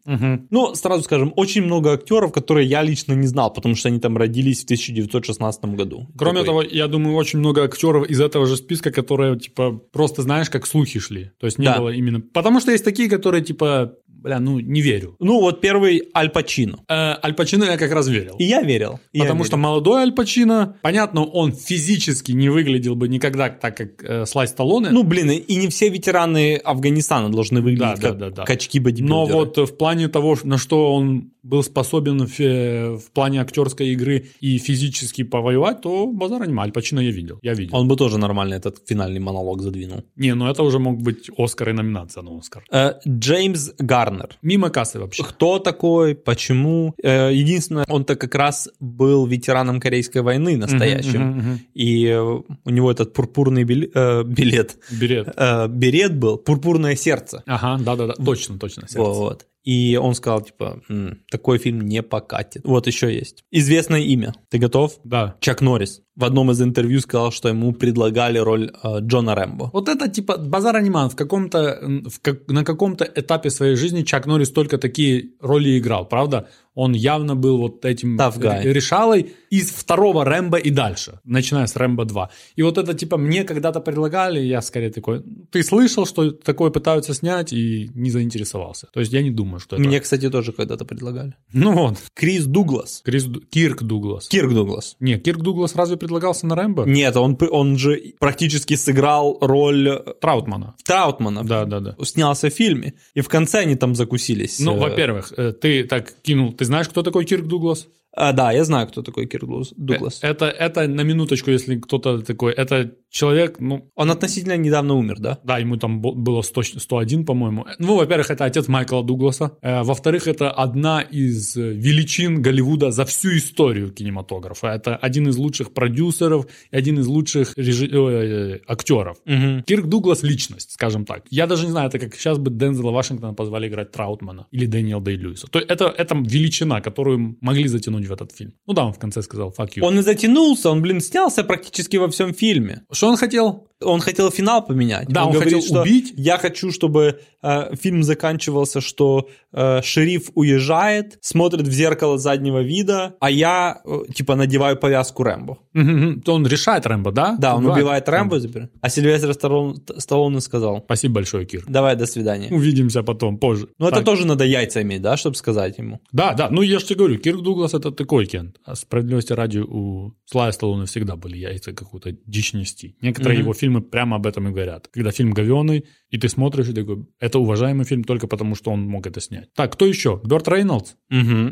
Speaker 8: Ну, сразу скажем, очень много актеров, которые я лично не знал, потому что они там родились в 1916 году.
Speaker 7: Кроме
Speaker 8: Такой.
Speaker 7: того, я думаю, очень много актеров из этого же списка, которые, типа, просто знаешь, как слухи шли. То есть не
Speaker 8: Да.
Speaker 7: было именно... Потому что есть такие, которые, типа, бля, ну, не верю.
Speaker 8: Ну, вот первый Аль Пачино.
Speaker 7: Э, Аль Пачино я как раз верил.
Speaker 8: И я верил. И я
Speaker 7: Потому что
Speaker 8: верил.
Speaker 7: молодой Аль Пачино, понятно, он физически не выглядел бы никогда так, как э, Слай Сталлоне.
Speaker 8: Ну, блин, и- и не все ветераны Афганистана должны выглядеть
Speaker 7: Да,
Speaker 8: как
Speaker 7: да, да, да.
Speaker 8: качки бодибилдеры.
Speaker 7: Но вот э, в плане того, ш- на что он был способен в, э, в плане актерской игры и физически повоевать, то базара нема. Аль Пачино я видел. Я видел.
Speaker 8: Он бы тоже нормально этот финальный монолог задвинул.
Speaker 7: Не, ну это уже мог быть Оскар и номинация на Оскар.
Speaker 8: Э, Джеймс Гарнер.
Speaker 7: Мимо кассы вообще.
Speaker 8: Кто такой, почему? Э, Единственное, он-то как раз был ветераном Корейской войны настоящим.
Speaker 7: Мгм, мгм,
Speaker 8: И э, у него этот пурпурный били- э, билет,
Speaker 7: мгм. Берет.
Speaker 8: э, берет был, пурпурное сердце.
Speaker 7: Ага, да-да-да, точно, точно. сердце.
Speaker 8: Вот. И он сказал, типа, «М, такой фильм не покатит. Вот еще есть. Известное имя. Ты готов?
Speaker 7: Да.
Speaker 8: Чак Норрис в одном из интервью сказал, что ему предлагали роль э, Джона Рэмбо.
Speaker 7: Вот это типа базар аниман. В каком-то, м, в как- на каком-то этапе своей жизни Чак Норрис только такие роли играл, правда? Он явно был вот этим
Speaker 8: Tough guy.
Speaker 7: р- решалой из второго Рэмбо и дальше, начиная с Рэмбо 2. И вот это типа мне когда-то предлагали, я скорее такой, ты слышал, что такое пытаются снять и не заинтересовался. То есть я не думаю, что это...
Speaker 8: Мне, кстати, тоже когда-то предлагали.
Speaker 7: (laughs) Ну вот,
Speaker 8: Крис Дуглас.
Speaker 7: Крис Ду- Кирк Дуглас.
Speaker 8: Кирк Дуглас.
Speaker 7: Не, Кирк Дуглас разве предлагался на Рэмбо?
Speaker 8: Нет, он, п- он же практически сыграл роль э,
Speaker 7: Траутмана.
Speaker 8: Траутмана.
Speaker 7: Да, да, да.
Speaker 8: Снялся в фильме. И в конце они там закусились.
Speaker 7: Ну,
Speaker 8: Э,
Speaker 7: во-первых, э, ты так кинул. Ты знаешь, кто такой Кирк Дуглас?
Speaker 8: а, да, я знаю, кто такой Кирк Дуглас- Дуглас.
Speaker 7: Э, Это, это на минуточку, если кто-то такой, это человек, ну,
Speaker 8: Он относительно недавно умер, да?
Speaker 7: да, ему там бо- было 100, 101, по-моему. Ну, во-первых, это отец Майкла Дугласа. Э, Во-вторых, это одна из э, величин Голливуда за всю историю кинематографа. Это один из лучших продюсеров и один из лучших режи- э, э, актеров. Кирк Дуглас – личность, скажем так. Я даже не знаю, это как сейчас бы Дензела Вашингтона позвали играть Траутмана или Дэниел Дэй-Льюиса. То есть это, это величина, которую могли затянуть в этот фильм. Ну да, он в конце сказал «fuck you».
Speaker 8: Он и затянулся, он, блин, снялся практически во всем фильме.
Speaker 7: Что он хотел?
Speaker 8: Он хотел финал поменять.
Speaker 7: Да, он хотел
Speaker 8: что
Speaker 7: убить.
Speaker 8: Я хочу, чтобы э, фильм заканчивался, что э, шериф уезжает, смотрит в зеркало заднего вида, а я э, типа надеваю повязку Рэмбо.
Speaker 7: Мгм, мгм. То он решает Рэмбо, да?
Speaker 8: Да, он убивает Рэмбо, и забирает. А Сильвестр Сталлон- Сталлоне сказал:
Speaker 7: Спасибо большое, Кир.
Speaker 8: "Давай до свидания".
Speaker 7: Увидимся потом, позже.
Speaker 8: Ну это
Speaker 7: Так.
Speaker 8: тоже надо яйца иметь, да, чтобы сказать ему.
Speaker 7: Да, да, ну я же тебе говорю, Кирк Дуглас это такой Кент. А справедливости ради у Слая Сталлоне всегда были яйца какую-то дичь нести. Некоторые
Speaker 8: Мгм.
Speaker 7: его фильмы прямо об этом и говорят. Когда фильм говеный, и ты смотришь и такой, это уважаемый фильм только потому, что он мог это снять. Так, кто еще? Берт Рейнольдс,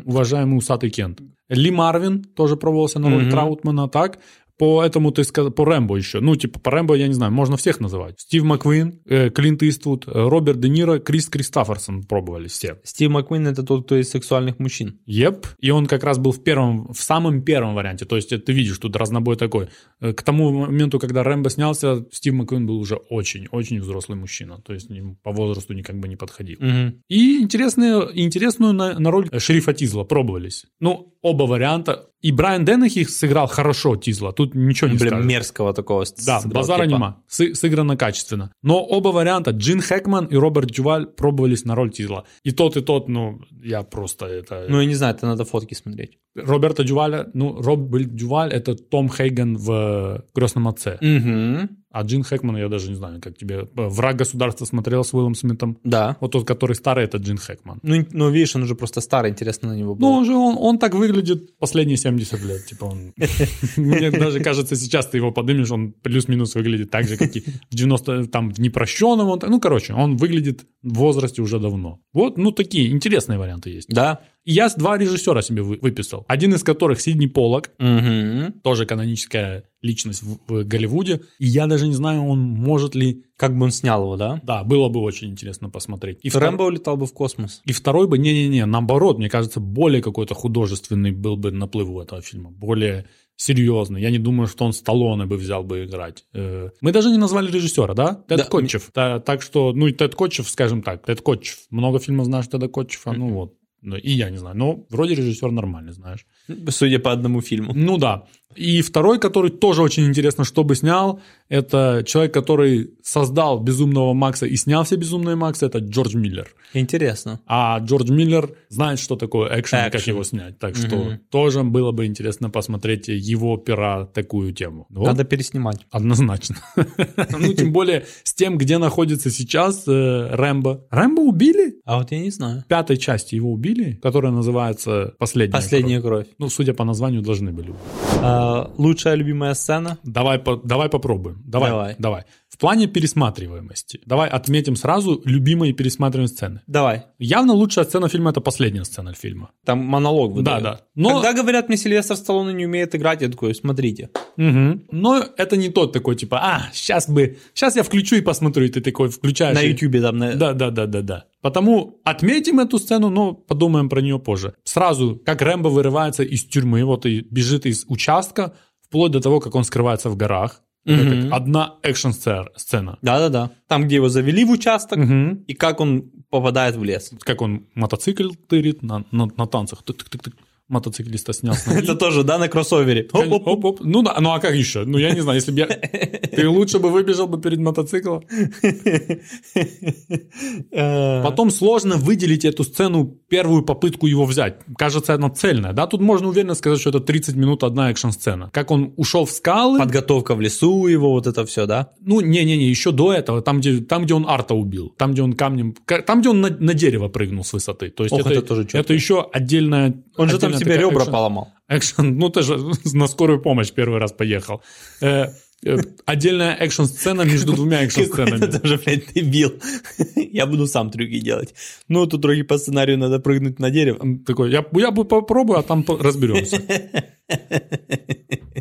Speaker 7: уважаемый усатый Кент. Ли Марвин тоже пробовался на роль
Speaker 8: Мгм.
Speaker 7: Траутмана, так? По этому ты сказал, по Рэмбо еще. Ну, типа, по Рэмбо, я не знаю, можно всех называть. Стив Маквин, э, Клинт Иствуд, э, Роберт Де Ниро, Крис Кристоферсон пробовали все.
Speaker 8: Стив Маккуин это тот, кто из сексуальных мужчин.
Speaker 7: Еп. И он как раз был в первом, в самом первом варианте. То есть э, ты видишь, тут разнобой такой. Э, К тому моменту, когда Рэмбо снялся, Стив Маккуин был уже очень-очень взрослый мужчина. То есть ему по возрасту никак бы не подходил. И интересные, интересную на, на роль шерифа Тизла пробовались. Ну, оба варианта. И Брайан Деннех их сыграл хорошо, Тизла. Тут ничего не
Speaker 8: Блин,
Speaker 7: скажешь.
Speaker 8: мерзкого такого. с-
Speaker 7: Да,
Speaker 8: сыграл
Speaker 7: базара
Speaker 8: типа.
Speaker 7: нема. Сы- сыграно качественно. Но оба варианта, Джин Хэкман и Роберт Дюваль пробовались на роль Тизла. И тот, и тот, ну, я просто это...
Speaker 8: Ну, я не знаю, это надо фотки смотреть.
Speaker 7: Роберта Дюваля, ну, Роберт Дюваль это Том Хейген в «Крестном отце»,
Speaker 8: Угу.
Speaker 7: а Джин Хэкман, я даже не знаю, как тебе. «Враг государства» смотрел с Уиллом Смитом.
Speaker 8: Да.
Speaker 7: Вот тот, который старый, это Джин Хэкман.
Speaker 8: Ну, ин- ну, видишь, он уже просто старый, интересно на него
Speaker 7: Ну,
Speaker 8: было.
Speaker 7: он же, он, он так выглядит последние 70 лет. Типа
Speaker 8: (laughs)
Speaker 7: он... Мне даже кажется, сейчас ты его поднимешь, он плюс-минус выглядит так же, как и в 90 там, в непрощенном. Он... так- Ну, короче, он выглядит в возрасте уже давно. Вот, ну, такие интересные варианты есть.
Speaker 8: Да.
Speaker 7: И Я с два режиссера себе вы- выписал. Один из которых Сидни Поллок,
Speaker 8: Угу.
Speaker 7: тоже каноническая личность в, в Голливуде. И я даже не знаю, он может ли...
Speaker 8: Как бы он снял его, да?
Speaker 7: Да, было бы очень интересно посмотреть. И, втор-
Speaker 8: Рэмбо улетал бы в космос.
Speaker 7: и второй бы... Не-не-не, наоборот, мне кажется, более какой-то художественный был бы наплыв у этого фильма. Более серьезный. Я не думаю, что он Сталлоне бы взял бы играть. Э, Мы даже не назвали режиссера, да? Тед
Speaker 8: Да.
Speaker 7: Котчев. Та- так что, ну и Тед Котчев, скажем так, Тед Котчев. Много фильмов знаешь Теда Котчева, ну вот. Ну, И я не знаю. Но вроде режиссер нормальный, знаешь.
Speaker 8: Судя по одному фильму.
Speaker 7: Ну да. И второй, который тоже очень интересно, что бы снял, это человек, который создал «Безумного Макса» и снял все «Безумные Макса», это Джордж Миллер.
Speaker 8: Интересно.
Speaker 7: А Джордж Миллер знает, что такое экшен, и как
Speaker 8: Экшен.
Speaker 7: его снять. Так что
Speaker 8: Мгм.
Speaker 7: тоже было бы интересно посмотреть его пера такую тему. Вот.
Speaker 8: Надо переснимать.
Speaker 7: Однозначно.
Speaker 8: (laughs)
Speaker 7: Ну, тем более с тем, где находится сейчас э, Рэмбо. Рэмбо убили?
Speaker 8: А вот я не знаю.
Speaker 7: В пятой части его убили, которая называется «Последняя
Speaker 8: Последняя
Speaker 7: кровь».
Speaker 8: кровь.
Speaker 7: Ну, судя по названию, должны были
Speaker 8: А, лучшая любимая сцена.
Speaker 7: Давай, по- давай попробуем. Давай, давай.
Speaker 8: Давай.
Speaker 7: В плане пересматриваемости. Давай отметим сразу любимые пересматриваемые сцены.
Speaker 8: Давай.
Speaker 7: Явно лучшая сцена фильма это последняя сцена фильма.
Speaker 8: Там монолог
Speaker 7: Да,
Speaker 8: выдает.
Speaker 7: да. Но,
Speaker 8: Когда говорят мне, Сильвестр Сталлоне не умеет играть, я такой, смотрите.
Speaker 7: Мгм. но это не тот такой типа, а, сейчас бы, сейчас я включу и посмотрю, и ты такой включаешь.
Speaker 8: На
Speaker 7: и-
Speaker 8: Ютубе там. на-
Speaker 7: Да, да, да, да, да. Потому отметим эту сцену, но подумаем про нее позже. Сразу, как Рэмбо вырывается из тюрьмы, вот и бежит из участка, вплоть до того, как он скрывается в горах. Это
Speaker 8: Мгм.
Speaker 7: как одна экшн-сцена.
Speaker 8: Да, да, да. Там, где его завели в участок,
Speaker 7: Мгм.
Speaker 8: и как он попадает в лес.
Speaker 7: Как он мотоцикл тырит на, на, на танцах. Тык-тык-тык-тык. Мотоциклиста снял с ноги.
Speaker 8: (laughs) Это тоже, да, на кроссовере.
Speaker 7: Как-
Speaker 8: Оп-оп-оп.
Speaker 7: оп-оп. Ну да, ну а как еще? Ну я не знаю, если бы я...
Speaker 8: (laughs)
Speaker 7: Ты лучше бы выбежал бы перед мотоциклом.
Speaker 8: Э,
Speaker 7: Потом сложно выделить эту сцену, первую попытку его взять. Кажется, она цельная. Да, тут можно уверенно сказать, что это 30 минут одна экшн-сцена. Как он ушел в скалы.
Speaker 8: Подготовка в лесу его, вот это все, да?
Speaker 7: Ну, не-не-не, еще до этого, там где, там, где он арта убил, там, где он камнем, ка- там, где он на, на дерево прыгнул с высоты. То есть
Speaker 8: Ох,
Speaker 7: это,
Speaker 8: это тоже чётко.
Speaker 7: это еще отдельная...
Speaker 8: Он же там
Speaker 7: отдельная
Speaker 8: себе
Speaker 7: такая
Speaker 8: ребра
Speaker 7: экшн-
Speaker 8: поломал.
Speaker 7: Экшен, ну ты же (laughs) на скорую помощь первый раз поехал. Э, э, Отдельная экшн-сцена между
Speaker 8: (laughs)
Speaker 7: двумя
Speaker 8: Какой-то
Speaker 7: экшн-сценами.
Speaker 8: тоже, блядь, дебил. (laughs) Я буду сам трюки делать. Ну, тут трюки по сценарию надо прыгнуть на дерево.
Speaker 7: Он Такой, я, я бы попробую, а там по- разберемся.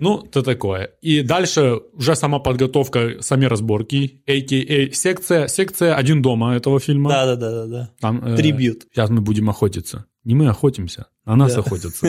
Speaker 7: Ну, то такое. И дальше уже сама подготовка, сами разборки, а.к.а. секция, секция «Один дома» этого фильма.
Speaker 8: Да-да-да-да-да.
Speaker 7: Там, э,
Speaker 8: Трибют.
Speaker 7: Сейчас мы будем охотиться. Не мы охотимся, на нас
Speaker 8: Да.
Speaker 7: охотятся.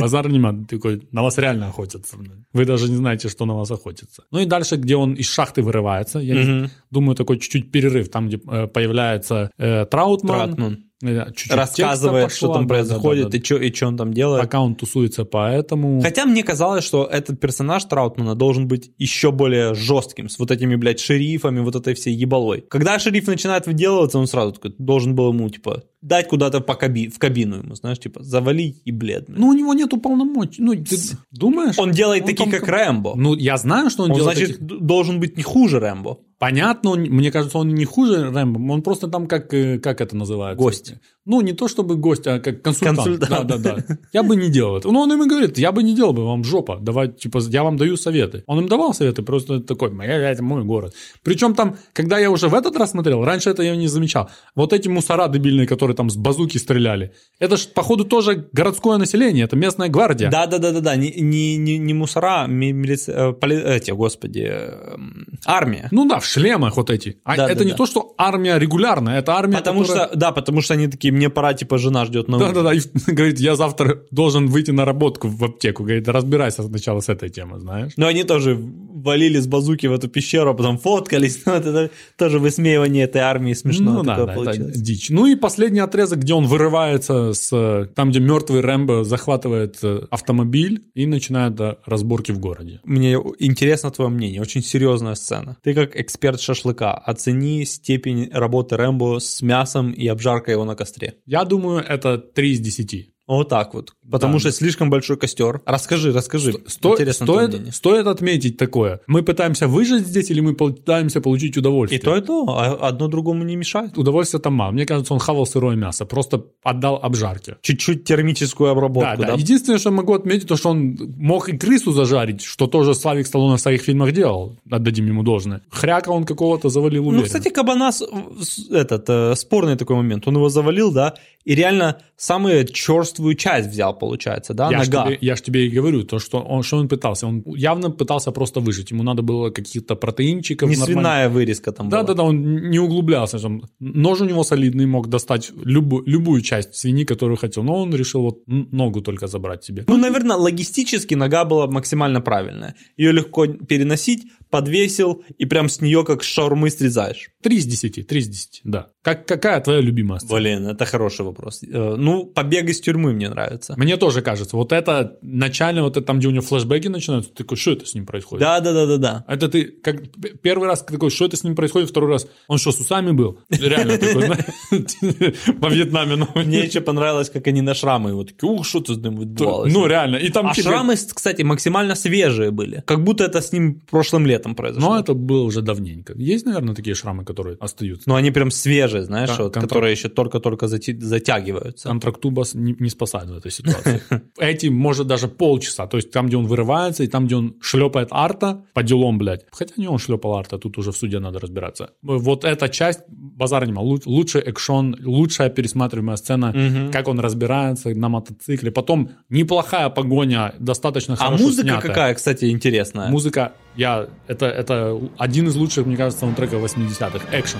Speaker 7: Базар нема. Такой, на вас реально охотятся. Вы даже не знаете, что на вас охотится. Ну и дальше, где он из шахты вырывается. Я не
Speaker 8: Мгм.
Speaker 7: думаю, такой чуть-чуть перерыв. Там, где э, появляется э, Траутман.
Speaker 8: Тратман.
Speaker 7: Э, чуть-чуть
Speaker 8: Рассказывает,
Speaker 7: текста
Speaker 8: что
Speaker 7: пошло.
Speaker 8: там
Speaker 7: Да, да, да,
Speaker 8: происходит
Speaker 7: да.
Speaker 8: и чё- и что он там делает.
Speaker 7: Пока он тусуется по этому...
Speaker 8: Хотя мне казалось, что этот персонаж Траутмана должен быть еще более жестким, с вот этими, блядь, шерифами, вот этой всей ебалой. Когда шериф начинает выделываться, он сразу такой, должен был ему, типа, дать куда-то по каби- в кабину ему, знаешь, типа, завали и бледный.
Speaker 7: Ну, у него нету полномочий. Ну, ты думаешь?
Speaker 8: он делает
Speaker 7: он
Speaker 8: таких,
Speaker 7: там-
Speaker 8: как Рэмбо.
Speaker 7: Ну, я знаю, что он,
Speaker 8: он,
Speaker 7: делает
Speaker 8: значит,
Speaker 7: таких-
Speaker 8: д- должен быть не хуже Рэмбо.
Speaker 7: Понятно, он- мне кажется, он не хуже Рэмбо, он просто там как, э, как это называется?
Speaker 8: Гость.
Speaker 7: Ну, не то чтобы гость, а как консультант.
Speaker 8: Консультант.
Speaker 7: Да, да, да. Я бы не делал это. Ну, он им и говорит, я бы не делал бы вам жопа, давай, типа, я вам даю советы. Он им давал советы, просто такой, «Моя- это мой город. Причем там, когда я уже в этот раз смотрел, раньше это я не замечал, вот эти мусора дебильные, которые там с базуки стреляли, это же, походу, тоже городское население, это местная гвардия.
Speaker 8: Да, да, да, да, да. Не, не, не, не мусора, а ми- милиц- э, поли- эти, господи, э, м, армия.
Speaker 7: Ну да, в шлемах вот эти. А
Speaker 8: Да,
Speaker 7: это
Speaker 8: да,
Speaker 7: не
Speaker 8: да.
Speaker 7: то, что армия регулярная, это армия,
Speaker 8: Потому
Speaker 7: которая-
Speaker 8: что, да, потому что они такие, мне пора, типа, жена ждет на
Speaker 7: Да-да-да, и (laughs) говорит, я завтра должен выйти на работку в аптеку. Говорит, разбирайся сначала с этой темой, знаешь.
Speaker 8: Но они тоже валили с базуки в эту пещеру, а потом фоткались. (laughs) Ну, это тоже высмеивание этой армии смешно
Speaker 7: ну да,
Speaker 8: такое
Speaker 7: да, это
Speaker 8: получилось.
Speaker 7: дичь. Ну и последний отрезок, где он вырывается с... э, Там, где мертвый Рэмбо захватывает э, автомобиль и начинает э, разборки в городе.
Speaker 8: Мне интересно твое мнение. Очень серьезная сцена. Ты как эксперт шашлыка, оцени степень работы Рэмбо с мясом и обжаркой его на костре.
Speaker 7: Я думаю, это 3 из 10.
Speaker 8: Вот так вот. Потому
Speaker 7: Да.
Speaker 8: что слишком большой костер. Расскажи, расскажи.
Speaker 7: Сто-
Speaker 8: Интересно твое мнение.
Speaker 7: стоит, стоит отметить такое. Мы пытаемся выжить здесь или мы пытаемся получить
Speaker 8: И
Speaker 7: удовольствие?
Speaker 8: то, и то. а Одно другому не мешает.
Speaker 7: Удовольствие там мало. Мне кажется, он хавал сырое мясо, просто отдал обжарке.
Speaker 8: Чуть-чуть термическую
Speaker 7: Да,
Speaker 8: обработку.
Speaker 7: да.
Speaker 8: да?
Speaker 7: Единственное, что могу отметить, то, что он мог и крысу зажарить, что тоже Славик Сталлоне в своих фильмах делал. Отдадим ему должное. Хряка он какого-то завалил уверенно.
Speaker 8: Ну, кстати, Кабанас, э, с- этот, э, спорный такой момент. Он его завалил, да, и реально самую черствую часть взял, получается, да,
Speaker 7: я ж
Speaker 8: нога.
Speaker 7: тебе, я ж тебе и говорю, то, что он, что он пытался. Он явно пытался просто выжить. Ему надо было каких-то протеинчиков.
Speaker 8: Не
Speaker 7: нормальных.
Speaker 8: свиная вырезка там
Speaker 7: Да,
Speaker 8: была.
Speaker 7: да, да, он не углублялся. Там Нож у него солидный, мог достать любу- любую часть свиньи, которую хотел. Но он решил вот н- ногу только забрать себе.
Speaker 8: Ну, наверное, логистически нога была максимально правильная. Ее легко переносить, подвесил, и прям с нее как с шаурмы срезаешь.
Speaker 7: Три из десяти, три из десяти, да. Как, какая твоя любимая сцена?
Speaker 8: Блин, это хороший вопрос. Э, Ну, побег из тюрьмы мне нравится.
Speaker 7: Мне тоже кажется, вот это начально, вот это там, где у него флешбеки начинаются, ты такой, что это с ним происходит?
Speaker 8: Да, да, да, да, да.
Speaker 7: Это ты как п- первый раз ты такой, что это с ним происходит, второй раз, он что, с усами был? Реально такой, знаешь, (laughs) по Вьетнаме. ну,
Speaker 8: Мне
Speaker 7: (laughs)
Speaker 8: еще понравилось, как они на шрамы его такие, ух, что ты с ним выдувалось».
Speaker 7: Ну, реально. И там
Speaker 8: А
Speaker 7: тебе-
Speaker 8: шрамы, кстати, максимально свежие были. Как будто это с ним прошлым летом произошло.
Speaker 7: Но Ну, это было уже давненько. Есть, наверное, такие шрамы, которые остаются?
Speaker 8: Но они прям свежие, знаешь,
Speaker 7: Кон-
Speaker 8: вот,
Speaker 7: контра-
Speaker 8: которые еще только-только зати- затягиваются.
Speaker 7: Антрактубас не, не спасает в этой
Speaker 8: (laughs)
Speaker 7: ситуации. Эти, может, даже полчаса. То есть там, где он вырывается, и там, где он шлепает арта, по делом, блядь. Хотя не он шлепал арта, тут уже в суде надо разбираться. Вот эта часть, базар нема, лу- лучший экшон, лучшая пересматриваемая сцена,
Speaker 8: Мгм.
Speaker 7: как он разбирается на мотоцикле. Потом неплохая погоня, достаточно
Speaker 8: А
Speaker 7: хорошо
Speaker 8: музыка
Speaker 7: снятая.
Speaker 8: какая, кстати, интересная.
Speaker 7: Музыка, я, это, это один из лучших, мне кажется, саундтреков 80-х. Экшен.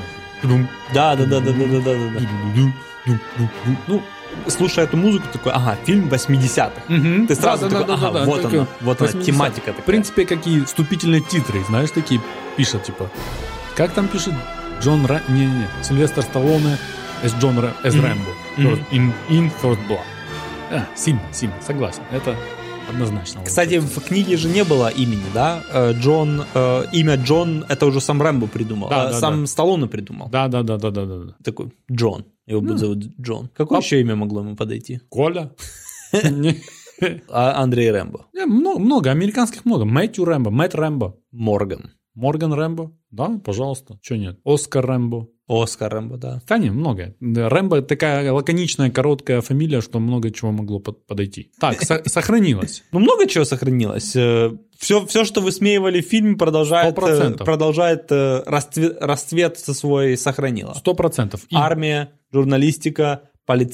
Speaker 8: Да, да, да, да, да, да, да, да, да. Ну, слушая эту музыку, такой, ага, фильм 80-х.
Speaker 7: Мгм.
Speaker 8: Ты сразу такой, ага, вот
Speaker 7: только
Speaker 8: она, вот она,
Speaker 7: 80.
Speaker 8: тематика
Speaker 7: В
Speaker 8: такая.
Speaker 7: принципе, какие вступительные титры, знаешь, такие пишут, типа, как там пишет Джон Ра... Не-не-не, Сильвестр Сталлоне as John Ра- as
Speaker 8: Мгм.
Speaker 7: Rambo.
Speaker 8: Мгм.
Speaker 7: First- In, in First Blood. А, сильно, сильно, согласен. Это однозначно. лучше.
Speaker 8: Кстати, в книге же не было имени, да? Э, Джон, э, имя Джон, это уже сам Рэмбо придумал.
Speaker 7: Да, да,
Speaker 8: а сам
Speaker 7: да.
Speaker 8: Сталлоне придумал.
Speaker 7: Да, да, да, да, да, да. да.
Speaker 8: Такой Джон. Его будут зовут Джон. Какое
Speaker 7: Пап-
Speaker 8: еще имя могло ему подойти?
Speaker 7: Коля. Не.
Speaker 8: А, Андрей Рэмбо.
Speaker 7: Не, Много, много, американских много. Мэтью Рэмбо, Мэтт Рэмбо,
Speaker 8: Морган.
Speaker 7: Морган Рэмбо. Да, пожалуйста, что нет. Оскар Рэмбо.
Speaker 8: Оскар Рэмбо, да.
Speaker 7: Да не, много. Да, Рэмбо такая лаконичная, короткая фамилия, что много чего могло под- подойти. Так, со- сохранилось.
Speaker 8: Ну, много чего сохранилось. Все, все что высмеивали в фильме, продолжает,
Speaker 7: Сто
Speaker 8: э,
Speaker 7: процентов.
Speaker 8: продолжает э, расцве- расцвет со своей сохранила.
Speaker 7: Сто процентов. И-
Speaker 8: Армия, журналистика,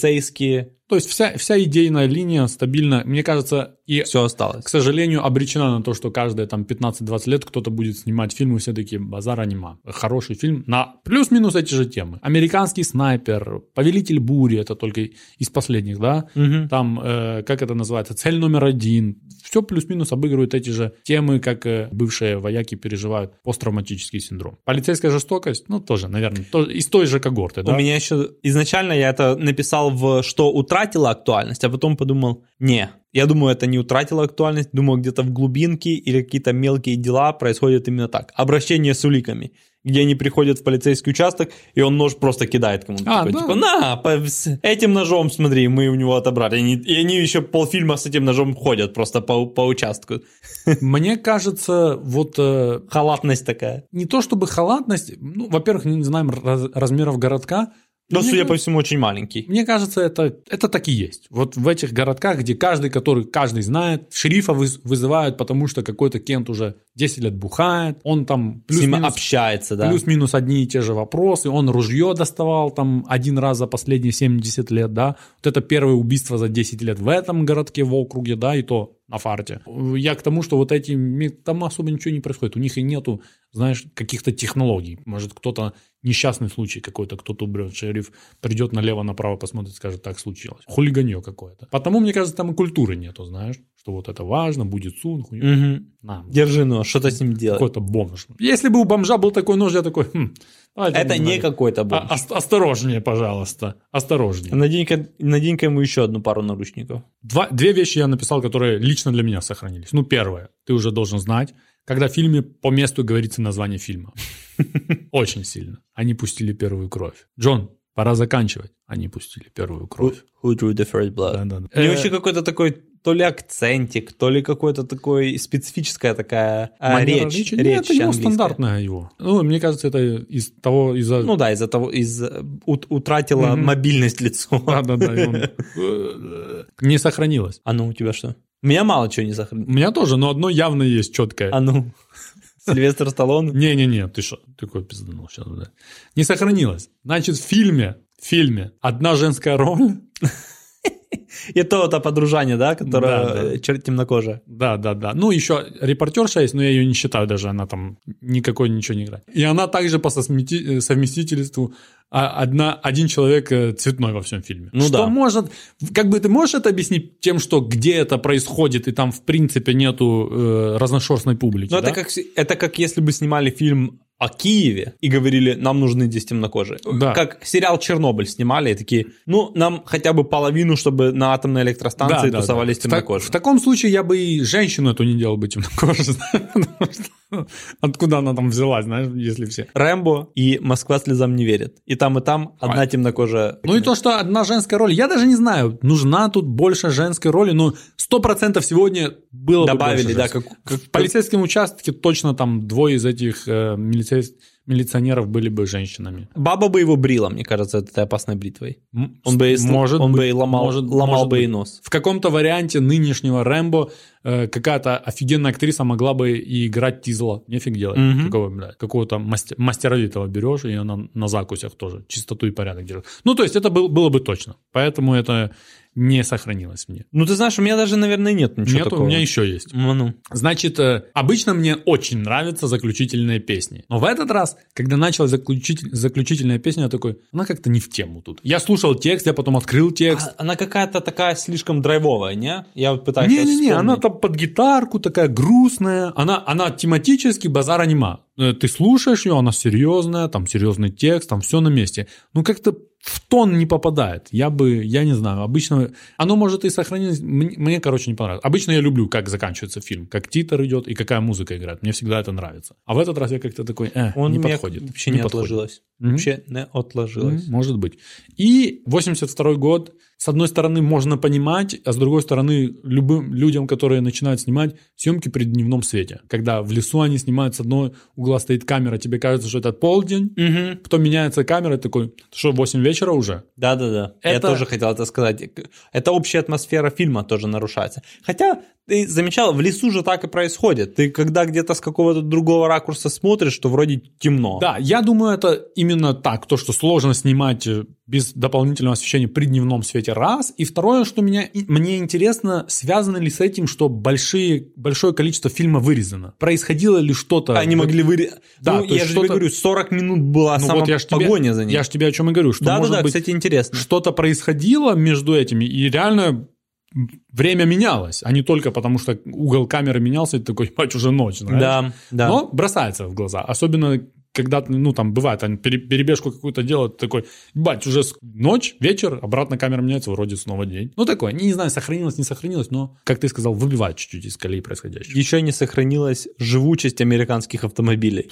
Speaker 8: полицейские,
Speaker 7: То есть вся, вся идейная линия стабильна. Мне кажется, и,
Speaker 8: все осталось.
Speaker 7: к сожалению, обречена на то, что каждые там 15-20 лет кто-то будет снимать фильмы все такие базар анима. Хороший фильм на плюс-минус эти же темы. Американский снайпер, повелитель бури, это только из последних, да?
Speaker 8: Мгм.
Speaker 7: Там, э, как это называется, цель номер один. Все плюс-минус обыгрывают эти же темы, как э, бывшие вояки переживают посттравматический синдром. Полицейская жестокость, ну, тоже, наверное, тоже из той же когорты, да?
Speaker 8: У меня еще изначально я это написал в что утратила актуальность, а потом подумал, не, я думаю, это не утратило актуальность, думаю, где-то в глубинке или какие-то мелкие дела происходят именно так. Обращение с уликами, где они приходят в полицейский участок, и он нож просто кидает кому-то.
Speaker 7: А,
Speaker 8: такой,
Speaker 7: да.
Speaker 8: типа, на, по- с этим ножом, смотри, мы у него отобрали. И они, и они еще полфильма с этим ножом ходят просто по, по участку.
Speaker 7: Мне кажется, вот э,
Speaker 8: Халатность такая.
Speaker 7: не то чтобы халатность, ну, во-первых, не знаем раз- размеров городка.
Speaker 8: Но,
Speaker 7: Мне
Speaker 8: судя
Speaker 7: кажется-
Speaker 8: по всему, очень маленький.
Speaker 7: Мне кажется, это, это так и есть. Вот в этих городках, где каждый, который каждый знает, шерифа выз- вызывают, потому что какой-то Кент уже 10 лет бухает, он там
Speaker 8: С ним
Speaker 7: плюс-минус
Speaker 8: общается, да.
Speaker 7: Плюс-минус одни и те же вопросы. Он ружье доставал там один раз за последние 70 лет, да. Вот это первое убийство за 10 лет в этом городке, в округе, да, и то на фарте. Я к тому, что вот эти... ми- Там особо ничего не происходит. У них и нету, знаешь, каких-то технологий. Может, кто-то... Несчастный случай какой-то, кто-то убрет, шериф придет налево-направо, посмотрит, скажет, так случилось. Хулиганье какое-то. Потому, мне кажется, там и культуры нету, знаешь, что вот это важно, будет суд, хуйня.
Speaker 8: Мгм.
Speaker 7: На,
Speaker 8: Держи нож, что-то с ним делать.
Speaker 7: какой-то бомж. Если бы у бомжа был такой нож, я такой, «Хм, давайте
Speaker 8: Это не
Speaker 7: знаю.
Speaker 8: какой-то бомж.
Speaker 7: А- ос- осторожнее, пожалуйста. Осторожнее.
Speaker 8: Надень-ка, надень-ка ему еще одну пару наручников.
Speaker 7: Два, две вещи я написал, которые лично для меня сохранились. Ну, первое, ты уже должен знать, когда в фильме по месту говорится название фильма. (laughs) Очень сильно. Они пустили первую кровь. Джон, пора заканчивать. Они пустили первую кровь.
Speaker 8: Who drew the first blood?
Speaker 7: Да-да-да.
Speaker 8: У него
Speaker 7: Э,
Speaker 8: еще какой-то такой то ли акцентик, то ли какой-то такой специфическая такая а,
Speaker 7: Э, манера
Speaker 8: речь.
Speaker 7: речи?
Speaker 8: речь
Speaker 7: Нет, это его
Speaker 8: английская.
Speaker 7: стандартная его. Ну, мне кажется, это из того, из-за...
Speaker 8: Ну да, из-за того, из э, ут- утратила
Speaker 7: Мгм. А,
Speaker 8: мобильность лицо.
Speaker 7: (laughs) Да-да-да.
Speaker 8: (laughs)
Speaker 7: и он, э, Не сохранилось.
Speaker 8: А ну у тебя что? У меня мало чего не сохранилось.
Speaker 7: У меня тоже, но одно явно есть четкое. (laughs)
Speaker 8: А ну. Сильвестр Сталлоне.
Speaker 7: Не-не-не, ты что? Такой пизданул сейчас, бля. Не сохранилось. Значит, в фильме, в фильме одна женская роль.
Speaker 8: И то это подружание, да,
Speaker 7: Да, да.
Speaker 8: которое э, черт темнокожая.
Speaker 7: Да, да, да. Ну, еще репортерша есть, но я ее не считаю даже, она там никакой ничего не играет. И она также по сосмети- э, совместительству а, одна, один человек э, цветной во всем фильме.
Speaker 8: Ну
Speaker 7: что
Speaker 8: да.
Speaker 7: может, как бы ты можешь это объяснить тем, что где это происходит, и там в принципе нету э, разношерстной публики.
Speaker 8: Ну,
Speaker 7: да?
Speaker 8: это, как, с- это как если бы снимали фильм о Киеве и говорили, нам нужны здесь темнокожие.
Speaker 7: Да.
Speaker 8: Как сериал «Чернобыль» снимали и такие, ну, нам хотя бы половину, чтобы на атомной электростанции
Speaker 7: Да, да,
Speaker 8: тусовались
Speaker 7: да. В так- В,
Speaker 8: темнокожие.
Speaker 7: таком случае я бы и женщину эту не делал бы темнокожей. (laughs) знаешь, потому что Откуда она там взялась, знаешь, если все.
Speaker 8: Рэмбо и «Москва слезам не верит». И там, и там одна темнокожая.
Speaker 7: Ну и то, что одна женская роль. Я даже не знаю, нужна тут больше женской роли, но 100% сегодня было бы
Speaker 8: Добавили,
Speaker 7: больше
Speaker 8: да,
Speaker 7: женской.
Speaker 8: как, как-
Speaker 7: В полицейском участке точно там двое из этих э, милицейс- милиционеров были бы женщинами.
Speaker 8: Баба бы его брила, мне кажется, этой опасной бритвой.
Speaker 7: М,
Speaker 8: Он бы и, сл-
Speaker 7: может
Speaker 8: он
Speaker 7: быть,
Speaker 8: бы и ломал,
Speaker 7: может-
Speaker 8: ломал
Speaker 7: может
Speaker 8: бы и
Speaker 7: быть.
Speaker 8: нос.
Speaker 7: В каком-то варианте нынешнего Рэмбо э, какая-то офигенная актриса могла бы и играть Тизла. Нефиг делать.
Speaker 8: Мгм.
Speaker 7: Какого, бля, какого-то мастер, мастеровитого берешь, и она на закусях тоже чистоту и порядок держит. Ну, то есть это был- было бы точно. Поэтому это не сохранилось мне.
Speaker 8: Ну, ты знаешь, у меня даже, наверное, нет ничего
Speaker 7: Нет,
Speaker 8: такого.
Speaker 7: у меня еще есть.
Speaker 8: Ну, ну.
Speaker 7: Значит, э, обычно мне очень нравятся заключительные песни. Но в этот раз, когда началась заключитель- заключительная песня, я такой, она как-то не в тему тут. Я слушал текст, я потом открыл текст.
Speaker 8: А- Она какая-то такая слишком драйвовая, не? Я вот пытаюсь сейчас
Speaker 7: Не-не-не, она
Speaker 8: вспомнить.
Speaker 7: там под гитарку такая грустная. Она, она тематически базар анима. Э, Ты слушаешь ее, она серьезная, там серьезный текст, там все на месте. Ну как-то в тон не попадает. Я бы, я не знаю, обычно... Оно может и сохранилось... Мне, мне, короче, не понравилось. Обычно я люблю, как заканчивается фильм, как титр идет и какая музыка играет. Мне всегда это нравится. А в этот раз я как-то такой, э,
Speaker 8: Он
Speaker 7: не
Speaker 8: у меня
Speaker 7: подходит.
Speaker 8: вообще не,
Speaker 7: подходит.
Speaker 8: отложилось.
Speaker 7: Мгм.
Speaker 8: Вообще не отложилось.
Speaker 7: М, Может быть. И 82 год, с одной стороны, можно понимать, а с другой стороны, любым людям, которые начинают снимать, съемки при дневном свете. Когда в лесу они снимают, с одного угла стоит камера, тебе кажется, что это полдень,
Speaker 8: Мгм.
Speaker 7: потом меняется камера, и такой, «Ты что, 8 вечера уже?
Speaker 8: Да-да-да. Я
Speaker 7: Это-
Speaker 8: тоже хотел это сказать. Это общая атмосфера фильма тоже нарушается. Хотя, ты замечал, в лесу же так и происходит. Ты когда где-то с какого-то другого ракурса смотришь, что вроде темно.
Speaker 7: Да, я думаю, это именно так, то, что сложно снимать э, без дополнительного освещения при дневном свете, раз. И второе, что меня, и- мне интересно, связано ли с этим, что большие, большое количество фильма вырезано? Происходило ли что-то?
Speaker 8: Они
Speaker 7: Вот-
Speaker 8: могли вырезать.
Speaker 7: Да,
Speaker 8: ну,
Speaker 7: то
Speaker 8: я
Speaker 7: есть
Speaker 8: же тебе
Speaker 7: что-то-
Speaker 8: говорю, 40 минут была
Speaker 7: Ну
Speaker 8: А сама
Speaker 7: вот я ж тебе-
Speaker 8: погоня за ней.
Speaker 7: Я же тебе о чем и говорю, что
Speaker 8: да, да,
Speaker 7: может
Speaker 8: да,
Speaker 7: быть
Speaker 8: кстати, интересно.
Speaker 7: что-то происходило между этими, и реально время менялось, а не только потому, что угол камеры менялся, и ты такой, мать, уже ночь, знаешь?
Speaker 8: Да, да.
Speaker 7: Но бросается в глаза, особенно когда, ты, ну, там, бывает, они пере- перебежку какую-то делают, ты такой, бать, уже с- ночь, вечер, обратно камера меняется, вроде снова день. Ну, такое, не, не знаю, сохранилось, не сохранилось, но, как ты сказал, выбивает чуть-чуть из колеи происходящего.
Speaker 8: Еще не сохранилась живучесть американских автомобилей.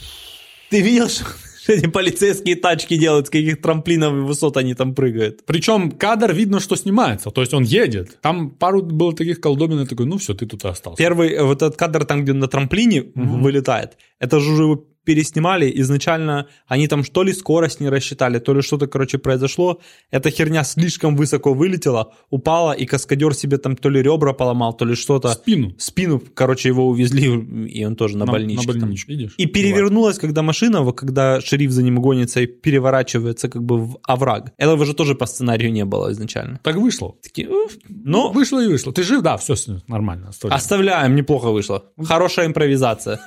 Speaker 8: Ты видел, что (laughs) эти полицейские тачки делают, с каких трамплинов и высот они там прыгают?
Speaker 7: Причем кадр видно, что снимается, то есть он едет. Там пару было таких колдобин, я такой, ну все, ты тут и остался.
Speaker 8: Первый э, вот этот кадр там, где он на трамплине вылетает, это же уже его переснимали. Изначально они там что ли скорость не рассчитали, то ли что-то, короче, произошло. Эта херня слишком высоко вылетела, упала, и каскадер себе там то ли ребра поломал, то ли что-то.
Speaker 7: Спину.
Speaker 8: В спину, короче, его увезли, и он тоже на, больничке.
Speaker 7: На
Speaker 8: там. Ну,
Speaker 7: больничке, видишь?
Speaker 8: И перевернулась, когда машина, вот когда шериф за ним гонится и переворачивается как бы в овраг. Этого же тоже по сценарию не было изначально.
Speaker 7: Так вышло. Ну,
Speaker 8: Такие, «Уф». но
Speaker 7: Вышло и вышло. Ты жив? Да, все нормально.
Speaker 8: А
Speaker 7: сто лет.
Speaker 8: оставляем, неплохо вышло. Хорошая импровизация.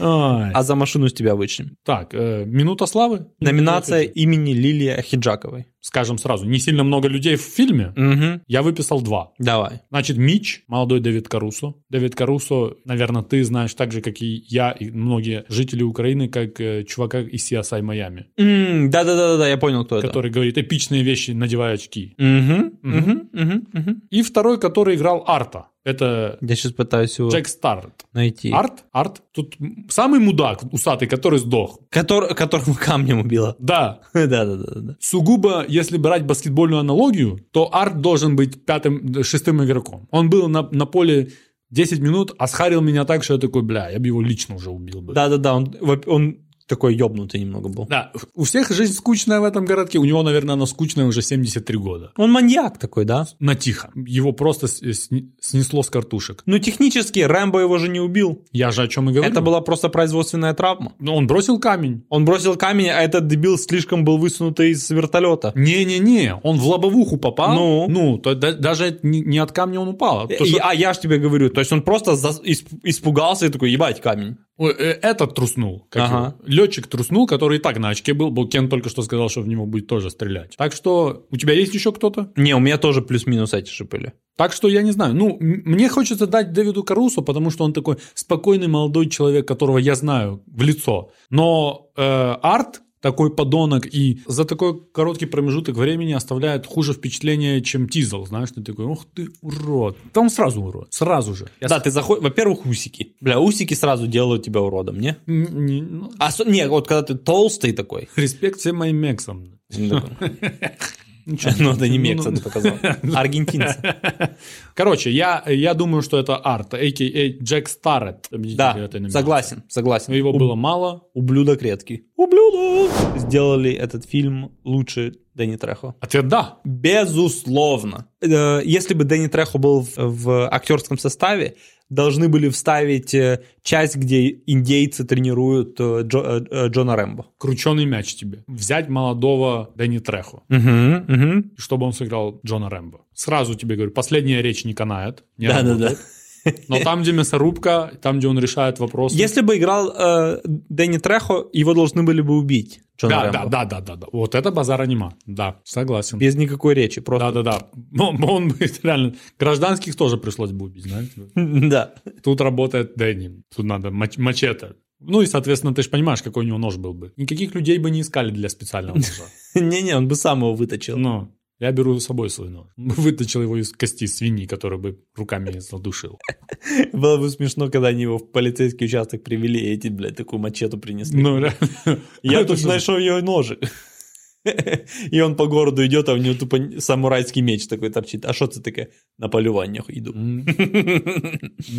Speaker 7: Ай.
Speaker 8: А за машину с тебя вычнем.
Speaker 7: Так, э, минута славы.
Speaker 8: Номинация имени Лилии Ахиджаковой.
Speaker 7: Скажем сразу, не сильно много людей в фильме.
Speaker 8: Мгм.
Speaker 7: Я выписал два.
Speaker 8: Давай.
Speaker 7: Значит, Мич, молодой Дэвид Карусо. Дэвид Карусо, наверное, ты знаешь так же, как и я, и многие жители Украины, как э, чувака из CSI Майами,
Speaker 8: М, Да-да-да-да, я понял, кто это.
Speaker 7: который говорит эпичные вещи, надевая очки.
Speaker 8: Мгм,
Speaker 7: Мгм.
Speaker 8: мгм, мгм, мгм.
Speaker 7: И второй, который играл Арта. Это
Speaker 8: Я сейчас пытаюсь его
Speaker 7: Джек Старт.
Speaker 8: найти.
Speaker 7: Арт? Арт? Тут м, самый мудак усатый, который сдох.
Speaker 8: Котор- Которого камнем убила. (laughs)
Speaker 7: Да,
Speaker 8: Да-да-да.
Speaker 7: Сугубо, если брать баскетбольную аналогию, то Арт должен быть пятым, д- шестым игроком. Он был на, на поле 10 минут, а схарил меня так, что я такой, бля, я бы его лично уже убил бы.
Speaker 8: Да-да-да, он- он такой ёбнутый немного был.
Speaker 7: Да, у всех жизнь скучная в этом городке. У него, наверное, она скучная уже 73 года. Ну,
Speaker 8: Он маньяк такой, да?
Speaker 7: На тихо. Его просто с- сни- снесло с картушек.
Speaker 8: Ну, технически Рэмбо его же не убил.
Speaker 7: Я же о чем и говорю.
Speaker 8: Это была просто производственная травма.
Speaker 7: Но Ну, он бросил камень.
Speaker 8: Он бросил камень, а этот дебил слишком был высунутый из вертолета.
Speaker 7: Не-не-не, он в лобовуху попал.
Speaker 8: Ну?
Speaker 7: ну то да- даже не, не от камня он упал. а то,
Speaker 8: И-
Speaker 7: что-
Speaker 8: а я ж тебе говорю, то есть он просто за- исп- испугался и такой, ебать, камень.
Speaker 7: Ой, э, этот труснул. как
Speaker 8: Ага.
Speaker 7: его. Летчик труснул, который и так на очке был, был Кен только что сказал, что в него будет тоже стрелять. Так что у тебя есть еще кто-то?
Speaker 8: Не, у меня тоже плюс-минус эти же были.
Speaker 7: Так что я не знаю. Ну, м- мне хочется дать Дэвиду Карусу, потому что он такой спокойный молодой человек, которого я знаю в лицо. Но э, арт такой подонок и за такой короткий промежуток времени оставляет хуже впечатление, чем Тизл. Знаешь, ты такой, ух ты, урод. Там сразу урод, сразу же. Я
Speaker 8: да, ты заходишь, во-первых, усики. Бля, усики сразу делают тебя уродом, не?
Speaker 7: с- н- не- ну,
Speaker 8: А со- не, вот когда ты толстый такой.
Speaker 7: респект всем моим мексам. (laughs)
Speaker 8: Ну, (laughs)
Speaker 7: Ничего.
Speaker 8: это не
Speaker 7: Ну,
Speaker 8: мекса
Speaker 7: ну. (laughs)
Speaker 8: ты показал. Аргентинцы.
Speaker 7: Короче, я, я думаю, что это арт, а.к.а. Джек Старрет. (laughs)
Speaker 8: Да, согласен, согласен.
Speaker 7: Ну, Его
Speaker 8: У-
Speaker 7: было мало.
Speaker 8: Ублюдок редкий. Ублюдок! Сделали этот фильм лучше Дэнни Трехо.
Speaker 7: Ответ да.
Speaker 8: Безусловно. Э, Если бы Дэнни Трехо был в, в актерском составе, должны были вставить э, часть, где индейцы тренируют э, Джо- э, э, Джона Рэмбо.
Speaker 7: Крученый мяч тебе. Взять молодого Дэнни Трехо, чтобы он сыграл Джона Рэмбо. Сразу тебе говорю, последняя речь не канает. не
Speaker 8: Да-да-да.
Speaker 7: работает. Но там, где мясорубка, там, где он решает вопрос.
Speaker 8: Если бы играл э, Дэнни Трехо, его должны были бы убить. Джона
Speaker 7: Да,
Speaker 8: Рэмбо.
Speaker 7: да, да, да, да, да. Вот это базар анима. Да, согласен.
Speaker 8: Без никакой речи, просто.
Speaker 7: Да, да, да. Он, он бы (laughs) реально гражданских тоже пришлось бы убить, знаете.
Speaker 8: (laughs) Да.
Speaker 7: Тут работает Дэнни. Тут надо мач- мачете. Ну и, соответственно, ты же понимаешь, какой у него нож был бы. Никаких людей бы не искали для специального ножа.
Speaker 8: Не-не, он бы сам его выточил.
Speaker 7: Но я беру с собой свой нож. (laughs) Выточил его из кости свиньи, которую бы руками задушил.
Speaker 8: Было бы смешно, когда они его в полицейский участок привели, и эти, блядь, такую мачету принесли.
Speaker 7: Ну, реально.
Speaker 8: Я
Speaker 7: Это
Speaker 8: тут
Speaker 7: же-
Speaker 8: нашел ее ножи. И он по городу идет, а у него тупо самурайский меч такой торчит. А что ты такая? На полюваниях иду.
Speaker 7: (laughs) М.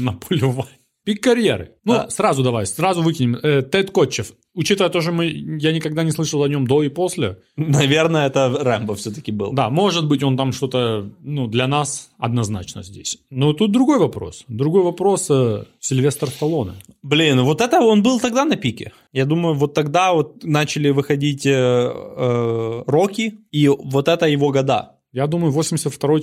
Speaker 7: На полювание. Пик карьеры. Ну,
Speaker 8: А.
Speaker 7: сразу давай, сразу выкинем. Э, Тед Котчев. Учитывая то, что мы, я никогда не слышал о нем до и после.
Speaker 8: Наверное, это Рэмбо все-таки был.
Speaker 7: Да, может быть, он там что-то, ну, для нас однозначно здесь. Но тут другой вопрос. Другой вопрос э, Сильвестр Сталлоне.
Speaker 8: Блин, вот это он был тогда на пике. Я думаю, вот тогда вот начали выходить э, э, Рокки, и вот это его года.
Speaker 7: Я думаю,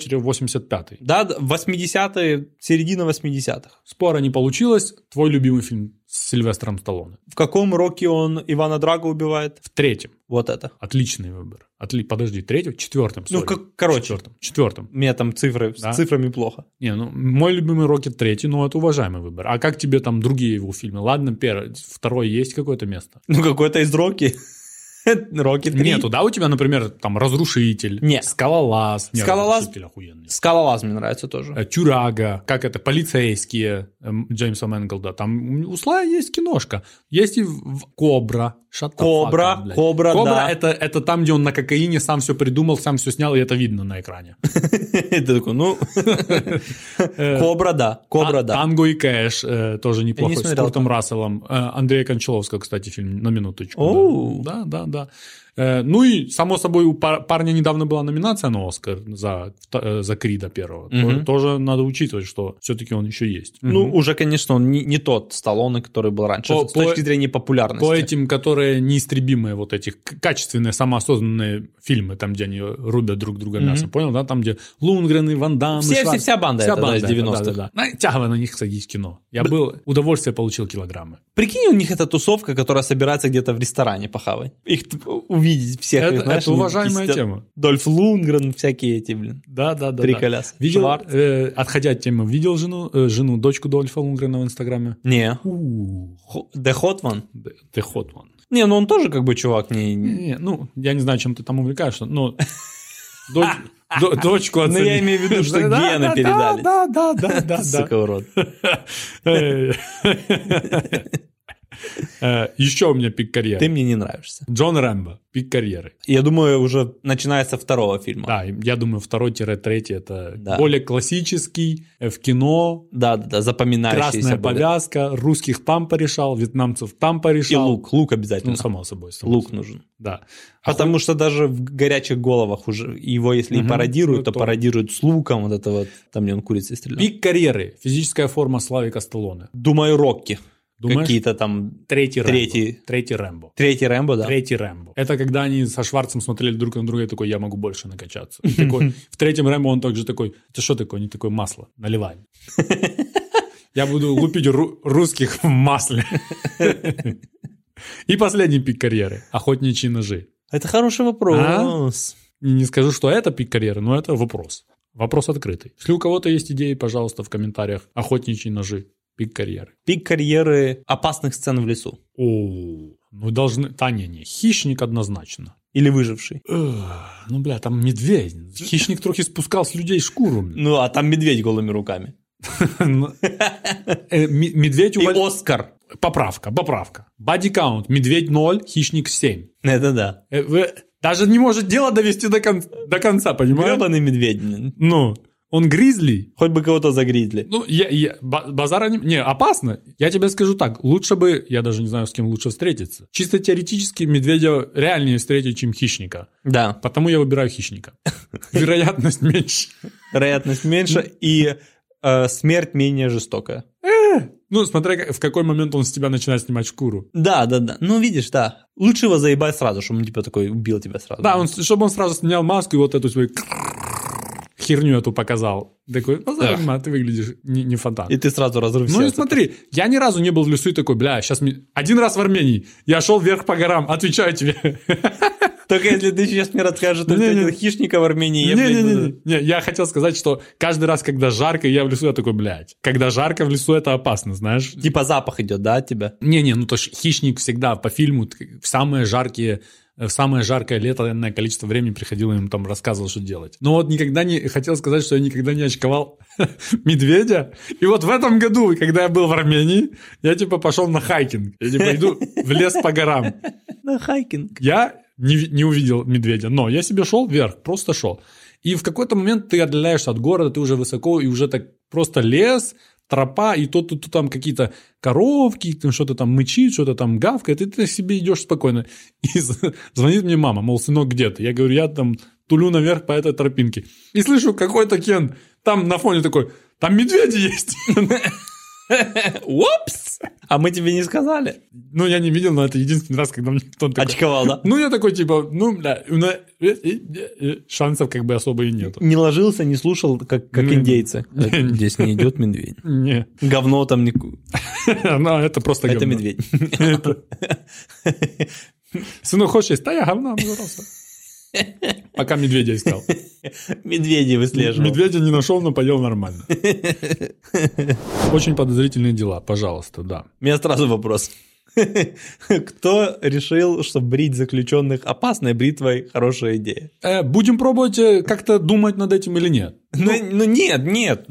Speaker 7: 82-85.
Speaker 8: Да, д- 80-е, середина 80-х.
Speaker 7: Спора не получилось. Твой любимый фильм с Сильвестром Сталлоне.
Speaker 8: В каком Рокки он Ивана Драго убивает?
Speaker 7: В третьем.
Speaker 8: Вот это.
Speaker 7: Отличный выбор. Отли... Подожди, третьем? Четвертом.
Speaker 8: Ну,
Speaker 7: сори.
Speaker 8: как- короче.
Speaker 7: Четвертом. Четвертом.
Speaker 8: Мне там цифры,
Speaker 7: Да.
Speaker 8: с цифрами плохо.
Speaker 7: Не, ну, мой любимый Рокет третий, ну, это уважаемый выбор. А как тебе там другие его фильмы? Ладно, первый, второй есть какое-то место?
Speaker 8: Ну, какой-то из (laughs) Рокки. Рокки 3.
Speaker 7: Нету, да, у тебя, например, там «Разрушитель»,
Speaker 8: Нет.
Speaker 7: «Скалолаз». Не,
Speaker 8: «Скалолаз»
Speaker 7: «Разрушитель» охуенный.
Speaker 8: Скалолаз мне нравится тоже. (laughs)
Speaker 7: Э, «Тюрага», как это, «Полицейские» эм, Джеймса Мэнглда. Там у Слая есть киношка. Есть и в- в «Кобра». Shut the fuck
Speaker 8: Кобра,
Speaker 7: up, блядь.
Speaker 8: Кобра,
Speaker 7: «Кобра»
Speaker 8: да.
Speaker 7: это, это там, где он на кокаине сам все придумал, сам все снял, и это видно на экране.
Speaker 8: Ты такой, ну,
Speaker 7: (laughs) Э, А,
Speaker 8: Кобра, да, Кобра,
Speaker 7: Та-
Speaker 8: да.
Speaker 7: Танго и Кэш э, тоже неплохой. с
Speaker 8: смотрел
Speaker 7: Куртом Расселом. Э, Андрея Кончаловского, кстати, фильм на минуточку.
Speaker 8: Оу.
Speaker 7: Да, да, да. да. Э, ну и, само собой, у пар- парня недавно была номинация на Оскар за, вта- э, за Крида первого. То-
Speaker 8: Мгм.
Speaker 7: Тоже надо учитывать, что все-таки он еще есть.
Speaker 8: Ну,
Speaker 7: Мгм.
Speaker 8: уже, конечно, он не, не тот Сталлоне, который был раньше,
Speaker 7: По-
Speaker 8: с точки
Speaker 7: по-
Speaker 8: зрения популярности.
Speaker 7: По этим, которые неистребимые, вот эти к- качественные, самоосознанные фильмы, там, где они рубят друг друга
Speaker 8: Мгм.
Speaker 7: мясо, понял, да? Там, где Лунгрен и Ван Дамм, и
Speaker 8: Все- все-
Speaker 7: Шварц-
Speaker 8: вся банда эта, да, из 90-х.
Speaker 7: да, да. Ну, Тяга на них, кстати, есть кино. Я был, удовольствие получил килограммы.
Speaker 8: Прикинь, у них эта тусовка, которая собирается где-то в ресторане похавать. Их т- увидеть всех. их,
Speaker 7: Это,
Speaker 8: знаешь,
Speaker 7: это
Speaker 8: они
Speaker 7: уважаемая
Speaker 8: такие сидят.
Speaker 7: тема.
Speaker 8: Дольф Лунгрен, всякие эти, блин.
Speaker 7: Да, да, да.
Speaker 8: Три
Speaker 7: да.
Speaker 8: коляски.
Speaker 7: Видел,
Speaker 8: Шварц.
Speaker 7: э, отходя от темы, видел жену, э, жену, дочку Дольфа Лунгрена в Инстаграме?
Speaker 8: Не.
Speaker 7: Ух,
Speaker 8: Де Хотман?
Speaker 7: ты ход он.
Speaker 8: Не, ну он тоже как бы чувак не...
Speaker 7: Не, ну, я не знаю, чем ты там увлекаешься, но дочь- до- дочку
Speaker 8: Ну,
Speaker 7: оценить.
Speaker 8: я имею в виду, (laughs) что
Speaker 7: Да,
Speaker 8: гены
Speaker 7: да,
Speaker 8: передали.
Speaker 7: Да, да, да, да, да.
Speaker 8: Сука, урод.
Speaker 7: Э, Еще у меня пик
Speaker 8: Ты
Speaker 7: карьеры.
Speaker 8: мне не нравишься.
Speaker 7: Джон Рэмбо, пик карьеры.
Speaker 8: Я думаю, уже начинается второго фильма.
Speaker 7: Да, я думаю, второй-третий это
Speaker 8: А. Да.
Speaker 7: более классический, э, в кино,
Speaker 8: Да, да, да, запоминающиеся
Speaker 7: Красная
Speaker 8: были.
Speaker 7: повязка, русских там порешал, вьетнамцев там
Speaker 8: И
Speaker 7: порешал.
Speaker 8: лук, лук обязательно.
Speaker 7: Ну, само собой. само
Speaker 8: лук
Speaker 7: собой.
Speaker 8: нужен.
Speaker 7: Да.
Speaker 8: Потому что даже в горячих головах уже его, если и
Speaker 7: А Мгм.
Speaker 8: пародируют,
Speaker 7: Ну,
Speaker 8: то
Speaker 7: то.
Speaker 8: пародируют с луком. Вот это вот, там где он курицей стрелял.
Speaker 7: Пик карьеры. Физическая форма Славика Сталлоне.
Speaker 8: Думаю, Рокки.
Speaker 7: Думаешь?
Speaker 8: Какие-то там...
Speaker 7: Третий Рэмбо.
Speaker 8: Третий.
Speaker 7: Третий Рэмбо.
Speaker 8: Третий Рэмбо, да?
Speaker 7: Третий Рэмбо. Это когда они со Шварцем смотрели друг на друга и такой, я могу больше накачаться. И
Speaker 8: (laughs)
Speaker 7: такой, в третьем Рэмбо он также такой, ты что такое, не такое масло, наливай. Я буду лупить ру- русских в
Speaker 8: (laughs)
Speaker 7: масле. И последний пик карьеры. Охотничьи ножи.
Speaker 8: Это хороший
Speaker 7: А?
Speaker 8: вопрос.
Speaker 7: И Не скажу, что это пик карьеры, но это вопрос. Вопрос открытый. Если у кого-то есть идеи, пожалуйста, в комментариях. Охотничьи ножи. Пик карьеры.
Speaker 8: Пик карьеры опасных сцен в лесу.
Speaker 7: О, ну должны... Таня, не. Хищник однозначно.
Speaker 8: Или выживший.
Speaker 7: Эх, Ну, бля, там медведь. Хищник трохи спускал с людей шкуру.
Speaker 8: (laughs)
Speaker 7: бля.
Speaker 8: Ну, а там медведь голыми руками. (laughs)
Speaker 7: Ну, э, ме- Медведь...
Speaker 8: И
Speaker 7: увал-
Speaker 8: Оскар.
Speaker 7: Поправка, поправка. Бади каунт. Медведь 0, хищник 7.
Speaker 8: Это да.
Speaker 7: Э, вы- Даже не может дело довести до, кон- до конца, понимаешь?
Speaker 8: Гребаный медведь. блин.
Speaker 7: Ну, он гризли,
Speaker 8: Хоть бы кого-то загризли.
Speaker 7: Ну, я, я- ба- базара не... Не, опасно. Я тебе скажу так. Лучше бы... Я даже не знаю, с кем лучше встретиться. Чисто теоретически медведя реальнее встретить, чем хищника.
Speaker 8: Да.
Speaker 7: Потому я выбираю (laughs) хищника. Вероятность меньше.
Speaker 8: Вероятность меньше и э, смерть менее жестокая.
Speaker 7: Ну, смотря как- в какой момент он с тебя начинает снимать шкуру.
Speaker 8: Да, да, да. Ну, видишь, да. Лучше его заебать сразу, чтобы он типа такой убил тебя сразу.
Speaker 7: Да, он, с- чтобы он сразу снял маску и вот эту свою... (laughs) херню эту показал. Такой, позор, ма, ты выглядишь не, не фонтан.
Speaker 8: И ты сразу разрыв
Speaker 7: Ну и
Speaker 8: сердца.
Speaker 7: смотри, я ни разу не был в лесу и такой, бля, сейчас... Один раз в Армении. Я шел вверх по горам, отвечаю тебе.
Speaker 8: Только если ты сейчас мне расскажешь, что
Speaker 7: Не-не.
Speaker 8: встретил хищника в Армении. я, блядь,
Speaker 7: Не-не-не, не, я хотел сказать, что каждый раз, когда жарко, я в лесу, я такой, блядь, когда жарко в лесу, это опасно, знаешь?
Speaker 8: Типа запах идет, да, от тебя?
Speaker 7: Не-не, ну то ж хищник всегда по фильму т- в самые жаркие в самое жаркое лето, наверное, количество времени приходил и им там рассказывал, что делать. Но вот никогда не... Хотел сказать, что я никогда не очковал (laughs) медведя. И вот в этом году, когда я был в Армении, я типа пошел на хайкинг. Я типа иду в лес по горам.
Speaker 8: На хайкинг.
Speaker 7: Я не, ви- не увидел медведя, но я себе шел вверх, просто шел. И в какой-то момент ты отдаляешься от города, ты уже высоко, и уже так просто лес, тропа, и тут, тут, тут там какие-то коровки, там что-то там мычит, что-то там гавкает, и ты себе идешь спокойно. И з- звонит мне мама, мол, сынок, где ты? Я говорю, я там тулю наверх по этой тропинке. И слышу, какой-то Кен там на фоне такой, там медведи есть. (laughs)
Speaker 8: Упс! А мы тебе не сказали.
Speaker 7: Ну, я не видел, но это единственный раз, когда мне
Speaker 8: А
Speaker 7: кто-то такой-
Speaker 8: Очковал, да?
Speaker 7: Ну, я такой, типа, ну, бля, у нас- э, э, э, шансов как бы особо и нету.
Speaker 8: Не ложился, не слушал, как, как
Speaker 7: Не.
Speaker 8: индейцы.
Speaker 7: Не.
Speaker 8: Ну, (laughs) Здесь не идет медведь.
Speaker 7: Не,
Speaker 8: (laughs) Говно там не... (laughs) ку-
Speaker 7: (laughs) ну, это просто
Speaker 8: Это
Speaker 7: говно.
Speaker 8: медведь. (laughs)
Speaker 7: Сынок, хочешь есть? Да, я говна
Speaker 8: (laughs)
Speaker 7: обжирался. Пока медведя искал.
Speaker 8: Медведи выслеживал.
Speaker 7: Медведя не нашел, но поел
Speaker 8: (laughs)
Speaker 7: нормально. Очень подозрительные дела, пожалуйста, да.
Speaker 8: У меня сразу вопрос. (laughs) Кто решил, что брить заключенных опасной бритвой хорошая идея?
Speaker 7: Э, Будем пробовать э, как-то думать над этим или нет?
Speaker 8: Ну, ну нет, нет.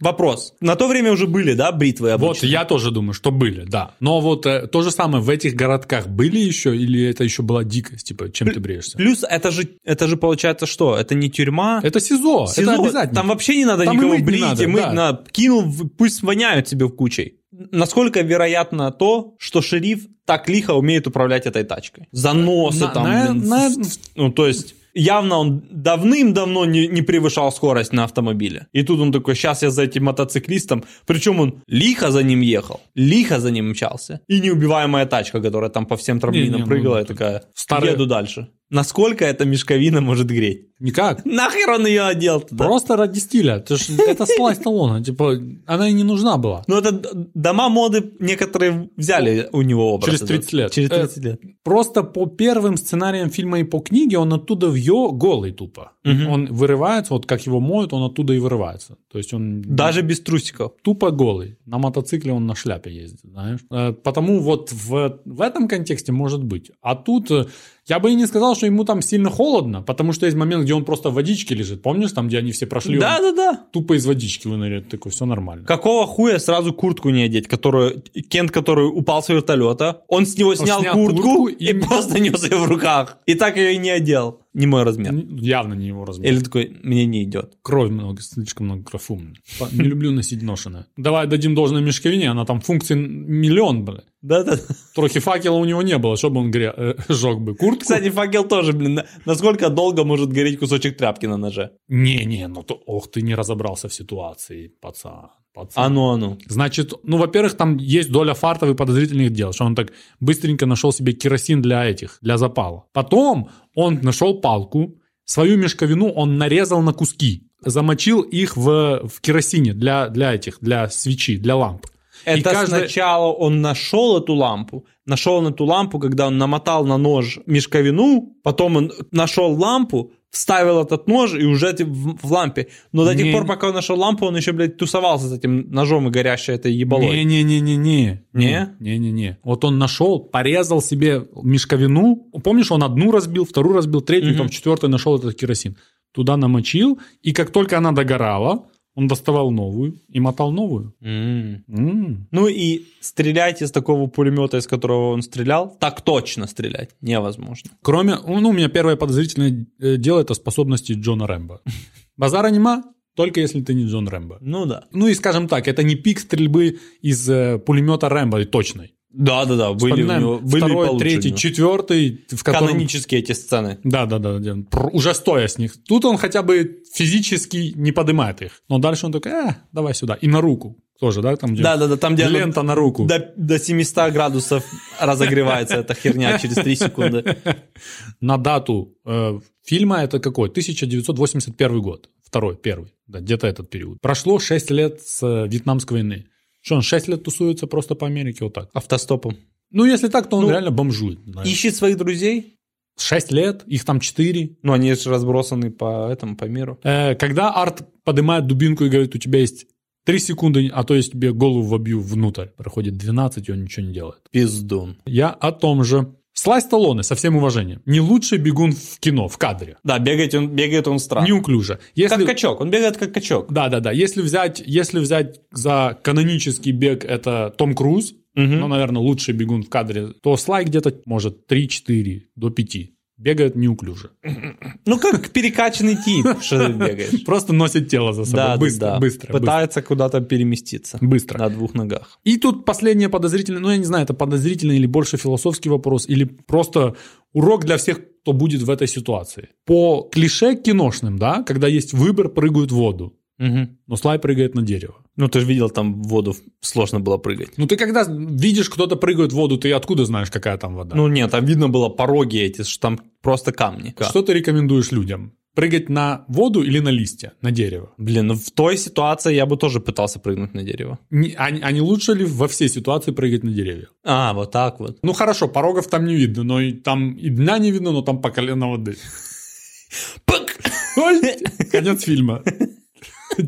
Speaker 8: Вопрос. На то время уже были, да, бритвы
Speaker 7: Вот
Speaker 8: обычно?
Speaker 7: я тоже думаю, что были, да. Но вот э, то же самое в этих городках были еще, или это еще была дикость, типа, чем ты бреешься?
Speaker 8: Плюс это же, это же получается что? Это не тюрьма,
Speaker 7: Это СИЗО,
Speaker 8: СИЗО.
Speaker 7: это обязательно.
Speaker 8: Типа, Там вообще не надо
Speaker 7: Там и
Speaker 8: никого
Speaker 7: мыть не
Speaker 8: брить,
Speaker 7: надо,
Speaker 8: и мыть
Speaker 7: да.
Speaker 8: на- кинул, в- пусть воняют себе в кучей. Насколько вероятно то, что шериф так лихо умеет управлять этой тачкой? Заносы
Speaker 7: На-
Speaker 8: там,
Speaker 7: на-
Speaker 8: блин,
Speaker 7: на-
Speaker 8: в- в- ну то есть... Явно он давным-давно не, не превышал скорость на автомобиле. И тут он такой, сейчас я за этим мотоциклистом. Причем он лихо за ним ехал, лихо за ним мчался. И неубиваемая тачка, которая там по всем
Speaker 7: Не-не,
Speaker 8: трамплинам
Speaker 7: ну,
Speaker 8: прыгала, я
Speaker 7: это
Speaker 8: такая,
Speaker 7: старая-
Speaker 8: еду дальше. Насколько эта мешковина может греть?
Speaker 7: Никак.
Speaker 8: Нахер он ее одел туда?
Speaker 7: Просто ради стиля. Это, ж, это слазь талона. Типа, она и не нужна была.
Speaker 8: Ну, это д- дома моды некоторые взяли у него образ.
Speaker 7: Через
Speaker 8: этот.
Speaker 7: 30 лет.
Speaker 8: Через
Speaker 7: Э,
Speaker 8: 30 лет.
Speaker 7: Просто по первым сценариям фильма и по книге он оттуда в ее голый тупо.
Speaker 8: Мгм.
Speaker 7: Он вырывается, вот как его моют, он оттуда и вырывается. То есть он
Speaker 8: Даже без трусиков.
Speaker 7: тупо голый. На мотоцикле он на шляпе ездит, знаешь. Э, Потому вот в, в этом контексте может быть. А тут э, я бы и не сказал, что ему там сильно холодно, потому что есть момент, где он просто в водичке лежит. Помнишь, там, где они все прошли? он
Speaker 8: Да-да-да.
Speaker 7: тупо из водички выныряет, такой, все нормально.
Speaker 8: Какого хуя сразу куртку не одеть, которую Кент, который упал с вертолета, он с него снял,
Speaker 7: снял
Speaker 8: куртку,
Speaker 7: куртку
Speaker 8: и,
Speaker 7: и-
Speaker 8: просто нес ее в руках. И так ее и не одел. Не мой размер.
Speaker 7: Н- Явно не его размер.
Speaker 8: Или такой, мне не идет.
Speaker 7: Кровь много, слишком много крофумна. Не люблю носить ношеное. Давай дадим должное мешковине, она там функций миллион, бля.
Speaker 8: Да-да.
Speaker 7: Трохи факела у него не было, чтобы он гре... э, (laughs) жёг бы куртку.
Speaker 8: (laughs) Кстати, факел тоже, блин, на- насколько долго может гореть кусочек тряпки на ноже?
Speaker 7: Не-не, ну то, ох, ты не разобрался в ситуации, пацан. пацан.
Speaker 8: А ну, а ну.
Speaker 7: Значит, ну, во-первых, там есть доля фартов и подозрительных дел, что он так быстренько нашел себе керосин для этих, для запала. Потом он нашел палку, свою мешковину он нарезал на куски, замочил их в, в керосине для, для этих, для свечи, для ламп. И
Speaker 8: Это
Speaker 7: каждый-
Speaker 8: сначала он нашел эту лампу, нашел он эту лампу, когда он намотал на нож мешковину, потом он нашел лампу, вставил этот нож и уже ты в, в лампе. Но до тех
Speaker 7: Не-
Speaker 8: пор, пока он нашел лампу, он еще, блядь, тусовался с этим ножом и горящей этой ебалой.
Speaker 7: Не-не-не-не-не.
Speaker 8: Не?
Speaker 7: Не-не-не. Вот он нашел, порезал себе мешковину. Помнишь, он одну разбил, вторую разбил, третью,
Speaker 8: Мгм.
Speaker 7: там четвертую нашел этот керосин. Туда намочил, и как только она догорала, он доставал новую и мотал новую.
Speaker 8: М.
Speaker 7: М.
Speaker 8: Ну и стрелять из такого пулемета, из которого он стрелял, так точно стрелять невозможно.
Speaker 7: Кроме, ну, у меня первое подозрительное э, дело – это способности Джона Рэмбо. Базара нема, только если ты не Джон Рэмбо.
Speaker 8: Ну да.
Speaker 7: Ну и, скажем так, это не пик стрельбы из э, пулемета Рэмбо точной.
Speaker 8: Да-да-да, были у
Speaker 7: Вспоминаем
Speaker 8: него были и
Speaker 7: второй,
Speaker 8: получше у
Speaker 7: третий,
Speaker 8: него.
Speaker 7: четвертый, в котором...
Speaker 8: Канонические эти сцены.
Speaker 7: Да, да, да, да. Пр- уже стоя с них. Тут он хотя бы физически не поднимает их. Но дальше он такой, э, давай сюда. И на руку тоже, да, там где
Speaker 8: Да-да-да, там где... оно-
Speaker 7: лента на руку.
Speaker 8: До, до 700 градусов разогревается эта херня через 3 секунды.
Speaker 7: На дату э, фильма это какой? 1981 год. Второй, первый. Да, где-то этот период. Прошло 6 лет с э, Вьетнамской войны. Что он 6 лет тусуется просто по Америке вот так?
Speaker 8: Автостопом.
Speaker 7: Ну, если так, то он
Speaker 8: Ну,
Speaker 7: реально бомжует.
Speaker 8: Ищет своих друзей.
Speaker 7: 6 лет, их там 4.
Speaker 8: Ну, они же разбросаны по этому, по миру.
Speaker 7: Э, когда Арт поднимает дубинку и говорит, у тебя есть 3 секунды, а то я тебе голову вобью внутрь. Проходит 12, и он ничего не делает.
Speaker 8: Пиздун.
Speaker 7: Я о том же. Слайс Сталлоне, со всем уважением, не лучший бегун в кино, в кадре.
Speaker 8: Да, бегает он, бегает он странно.
Speaker 7: Неуклюже. Если...
Speaker 8: Как качок, он бегает как качок.
Speaker 7: Да, да, да. Если взять, если взять за канонический бег это Том Круз, ну, наверное, лучший бегун в кадре, то Слай где-то может 3-4 до 5. Бегает неуклюже.
Speaker 8: Ну, как перекачанный тип, что ты (laughs) бегаешь.
Speaker 7: Просто носит тело за собой.
Speaker 8: Да, да,
Speaker 7: быстро,
Speaker 8: да.
Speaker 7: быстро,
Speaker 8: Пытается куда-то переместиться.
Speaker 7: быстро.
Speaker 8: На двух ногах.
Speaker 7: И тут последнее подозрительное, ну я не знаю, это подозрительный или больше философский вопрос, или просто урок для всех, кто будет в этой ситуации. По клише киношным, да, когда есть выбор, прыгают в воду, но Слай прыгает на дерево.
Speaker 8: Ну, ты же видел, там в воду сложно было прыгать.
Speaker 7: Ну ты когда видишь, кто-то прыгает в воду, ты откуда знаешь, какая там вода?
Speaker 8: Ну, нет, там видно было пороги эти, что там просто камни.
Speaker 7: Что ты рекомендуешь людям? Прыгать на воду или на листья, на дерево?
Speaker 8: Блин, ну в той ситуации я бы тоже пытался прыгнуть на дерево.
Speaker 7: Не- а, не- а не лучше ли во всей ситуации прыгать на деревья?
Speaker 8: А, вот так вот.
Speaker 7: Ну хорошо, порогов там не видно, но и там и дна не видно, но там по колено воды.
Speaker 8: Пык!
Speaker 7: Ой, (laughs) Конец
Speaker 8: (laughs)
Speaker 7: фильма.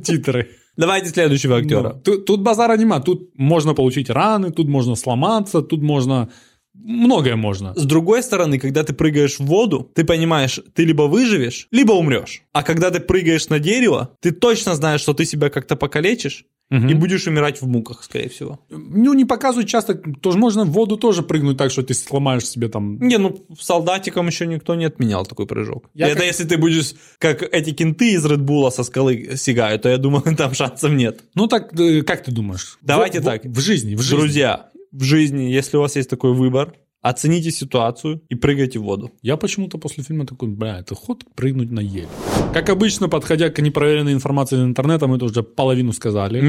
Speaker 7: Титры.
Speaker 8: Давайте следующего актера.
Speaker 7: Ну, ту- Тут базара нема. Тут можно получить раны, тут можно сломаться, тут можно... Многое можно.
Speaker 8: С другой стороны, когда ты прыгаешь в воду, ты понимаешь, ты либо выживешь, либо умрешь. А когда ты прыгаешь на дерево, ты точно знаешь, что ты себя как-то покалечишь и будешь умирать в муках, скорее всего.
Speaker 7: Ну, не показывают часто. Тоже можно в воду тоже прыгнуть так, что ты сломаешь себе там...
Speaker 8: Не, ну солдатиком еще никто не отменял такой прыжок.
Speaker 7: Я
Speaker 8: Это
Speaker 7: как-
Speaker 8: если ты будешь, как эти кенты из Редбула со скалы сигают, то я думаю, (laughs) там шансов нет.
Speaker 7: Ну, так, э, как ты думаешь?
Speaker 8: Давайте
Speaker 7: В- в-
Speaker 8: так.
Speaker 7: В жизни, в жизни.
Speaker 8: Друзья, в жизни, если у вас есть такой выбор, оцените ситуацию и прыгайте в воду.
Speaker 7: Я почему-то после фильма такой, бля, это ход прыгнуть на ель. Как обычно, подходя к непроверенной информации из интернета, мы тоже половину сказали.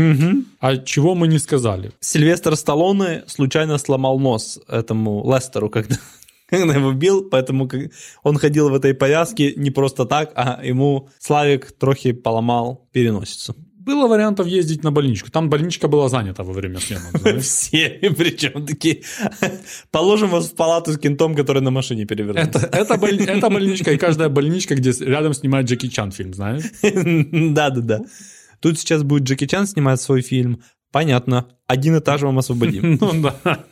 Speaker 7: А чего мы не сказали?
Speaker 8: Сильвестр Сталлоне случайно сломал нос этому Лестеру, когда, (laughs) когда его бил, поэтому как- он ходил в этой повязке не просто так, а ему Славик трохи поломал переносицу. (laughs)
Speaker 7: Было вариантов ездить на больничку. Там больничка была занята во время съемок. знаешь.
Speaker 8: Все, причем такие, (laughs) положим вас в палату с кентом, который на машине
Speaker 7: Это,
Speaker 8: перевернулся.
Speaker 7: это, боль- это больничка, и каждая больничка, где с- рядом снимает Джеки Чан фильм, знаешь?
Speaker 8: (laughs) Да-да-да. Тут сейчас будет Джеки Чан снимать свой фильм. Понятно. Один этаж вам освободим.
Speaker 7: (laughs) Ну да.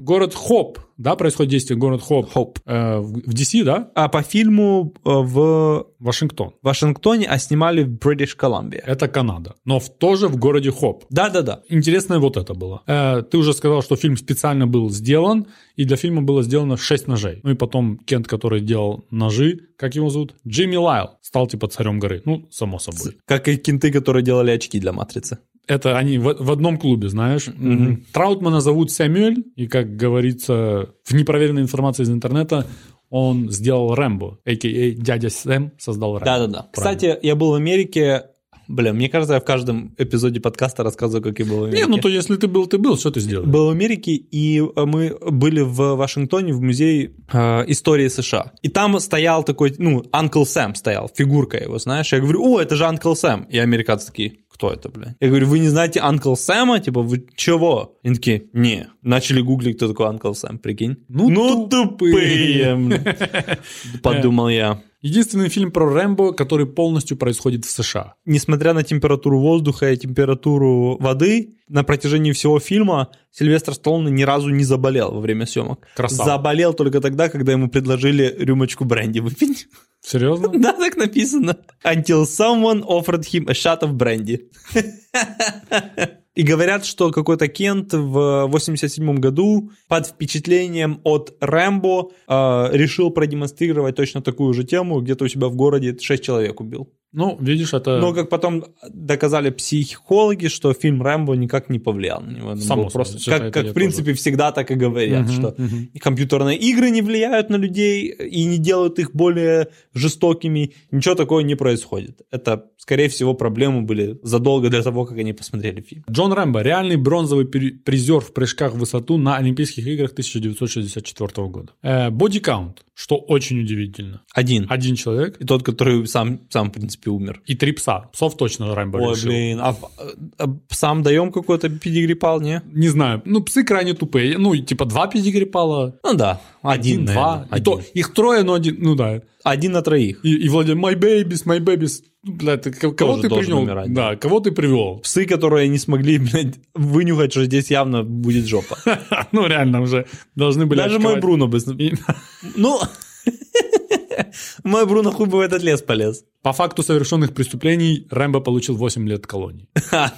Speaker 7: Город Хоп, да, происходит действие, город Хоп.
Speaker 8: Хоп.
Speaker 7: Э, в в DC, да?
Speaker 8: А по фильму э, в
Speaker 7: Вашингтон.
Speaker 8: Вашингтоне, а снимали в British Columbia.
Speaker 7: Это Канада. Но в- тоже в городе Хоп.
Speaker 8: Да-да-да.
Speaker 7: Интересное вот это было. Э, ты уже сказал, что фильм специально был сделан, и для фильма было сделано 6 ножей. Ну и потом Кент, который делал ножи, как его зовут? Джимми Лайл стал типа царем горы. Ну, само собой.
Speaker 8: Как и кенты, которые делали очки для матрицы.
Speaker 7: Это они в, в одном клубе, знаешь. Траутмана зовут Сэмюэль, и, как говорится, в непроверенной информации из интернета, он сделал Рэмбо, а.к.а. дядя Сэм создал Рэмбо.
Speaker 8: Да-да-да.
Speaker 7: Правильно.
Speaker 8: Кстати, я был в Америке. Блин, мне кажется, я в каждом эпизоде подкаста рассказываю, как я был в Америке.
Speaker 7: Не, ну то если ты был, ты был, что ты сделал?
Speaker 8: Был в Америке, и э, мы были в Вашингтоне в музее э, истории США. И там стоял такой, ну, Анкл Сэм стоял, фигурка его, знаешь. Я говорю, о, это же Анкл Сэм. И американцы такие, кто это, блядь? Я говорю, вы не знаете Анкл Сэма? Типа, вы чего? Они такие, не. Начали гуглить, кто такой Анкл Сэм, прикинь.
Speaker 7: Ну,
Speaker 8: тупые. блин. Подумал я.
Speaker 7: Единственный фильм про Рэмбо, который полностью происходит в США.
Speaker 8: несмотря на температуру воздуха и температуру воды, на протяжении всего фильма Сильвестр Сталлоне ни разу не заболел во время съемок.
Speaker 7: Красава.
Speaker 8: Заболел только тогда, когда ему предложили рюмочку бренди выпить.
Speaker 7: Серьезно?
Speaker 8: (laughs) Да, так написано. Until someone offered him a shot of brandy. И говорят, что какой-то Кент в 87 году под впечатлением от Рэмбо э, решил продемонстрировать точно такую же тему, где-то у себя в городе 6 человек убил.
Speaker 7: Ну, видишь, это...
Speaker 8: Но как потом доказали психологи, что фильм Рэмбо никак не повлиял на него. Он
Speaker 7: Само
Speaker 8: был
Speaker 7: собой,
Speaker 8: просто,
Speaker 7: что-то
Speaker 8: как,
Speaker 7: это
Speaker 8: как
Speaker 7: я
Speaker 8: в принципе всегда так и говорят,
Speaker 7: Мгм,
Speaker 8: что
Speaker 7: мгм.
Speaker 8: и компьютерные игры не влияют на людей и не делают их более жестокими. Ничего такого не происходит. Это, скорее всего, проблемы были задолго до того, как они посмотрели фильм.
Speaker 7: Джон Рэмбо – реальный бронзовый пер- призер в прыжках в высоту на Олимпийских играх 1964 года. Боди-каунт, что очень удивительно.
Speaker 8: Один. А-
Speaker 7: Один человек.
Speaker 8: И тот, который сам, сам в принципе, принципе, умер.
Speaker 7: И три пса. Псов точно Рэмбо
Speaker 8: Ой,
Speaker 7: решил.
Speaker 8: блин, а, а сам даем какой-то педигрипал, не?
Speaker 7: Не знаю. Ну, псы крайне тупые. Ну, и типа два педигрипала.
Speaker 8: Ну да, один,
Speaker 7: два.
Speaker 8: наверное,
Speaker 7: И то,
Speaker 8: один.
Speaker 7: их трое, но один. Ну да.
Speaker 8: Один на троих.
Speaker 7: И, и Владимир, my babies, my babies. Ну, Бля, ты к- кого
Speaker 8: Тоже
Speaker 7: ты
Speaker 8: должен
Speaker 7: привел?
Speaker 8: умирать.
Speaker 7: Да, кого ты привел?
Speaker 8: Псы, которые не смогли блядь, вынюхать, что здесь явно
Speaker 7: (laughs)
Speaker 8: будет жопа.
Speaker 7: (laughs) Ну, реально уже должны были
Speaker 8: Даже мой
Speaker 7: очковать.
Speaker 8: Бруно бы... с-
Speaker 7: И-
Speaker 8: Ну, мой Бруно хуй бы в этот лес полез.
Speaker 7: По факту совершенных преступлений Рэмбо получил 8 лет колонии. (laughs)
Speaker 8: Ха,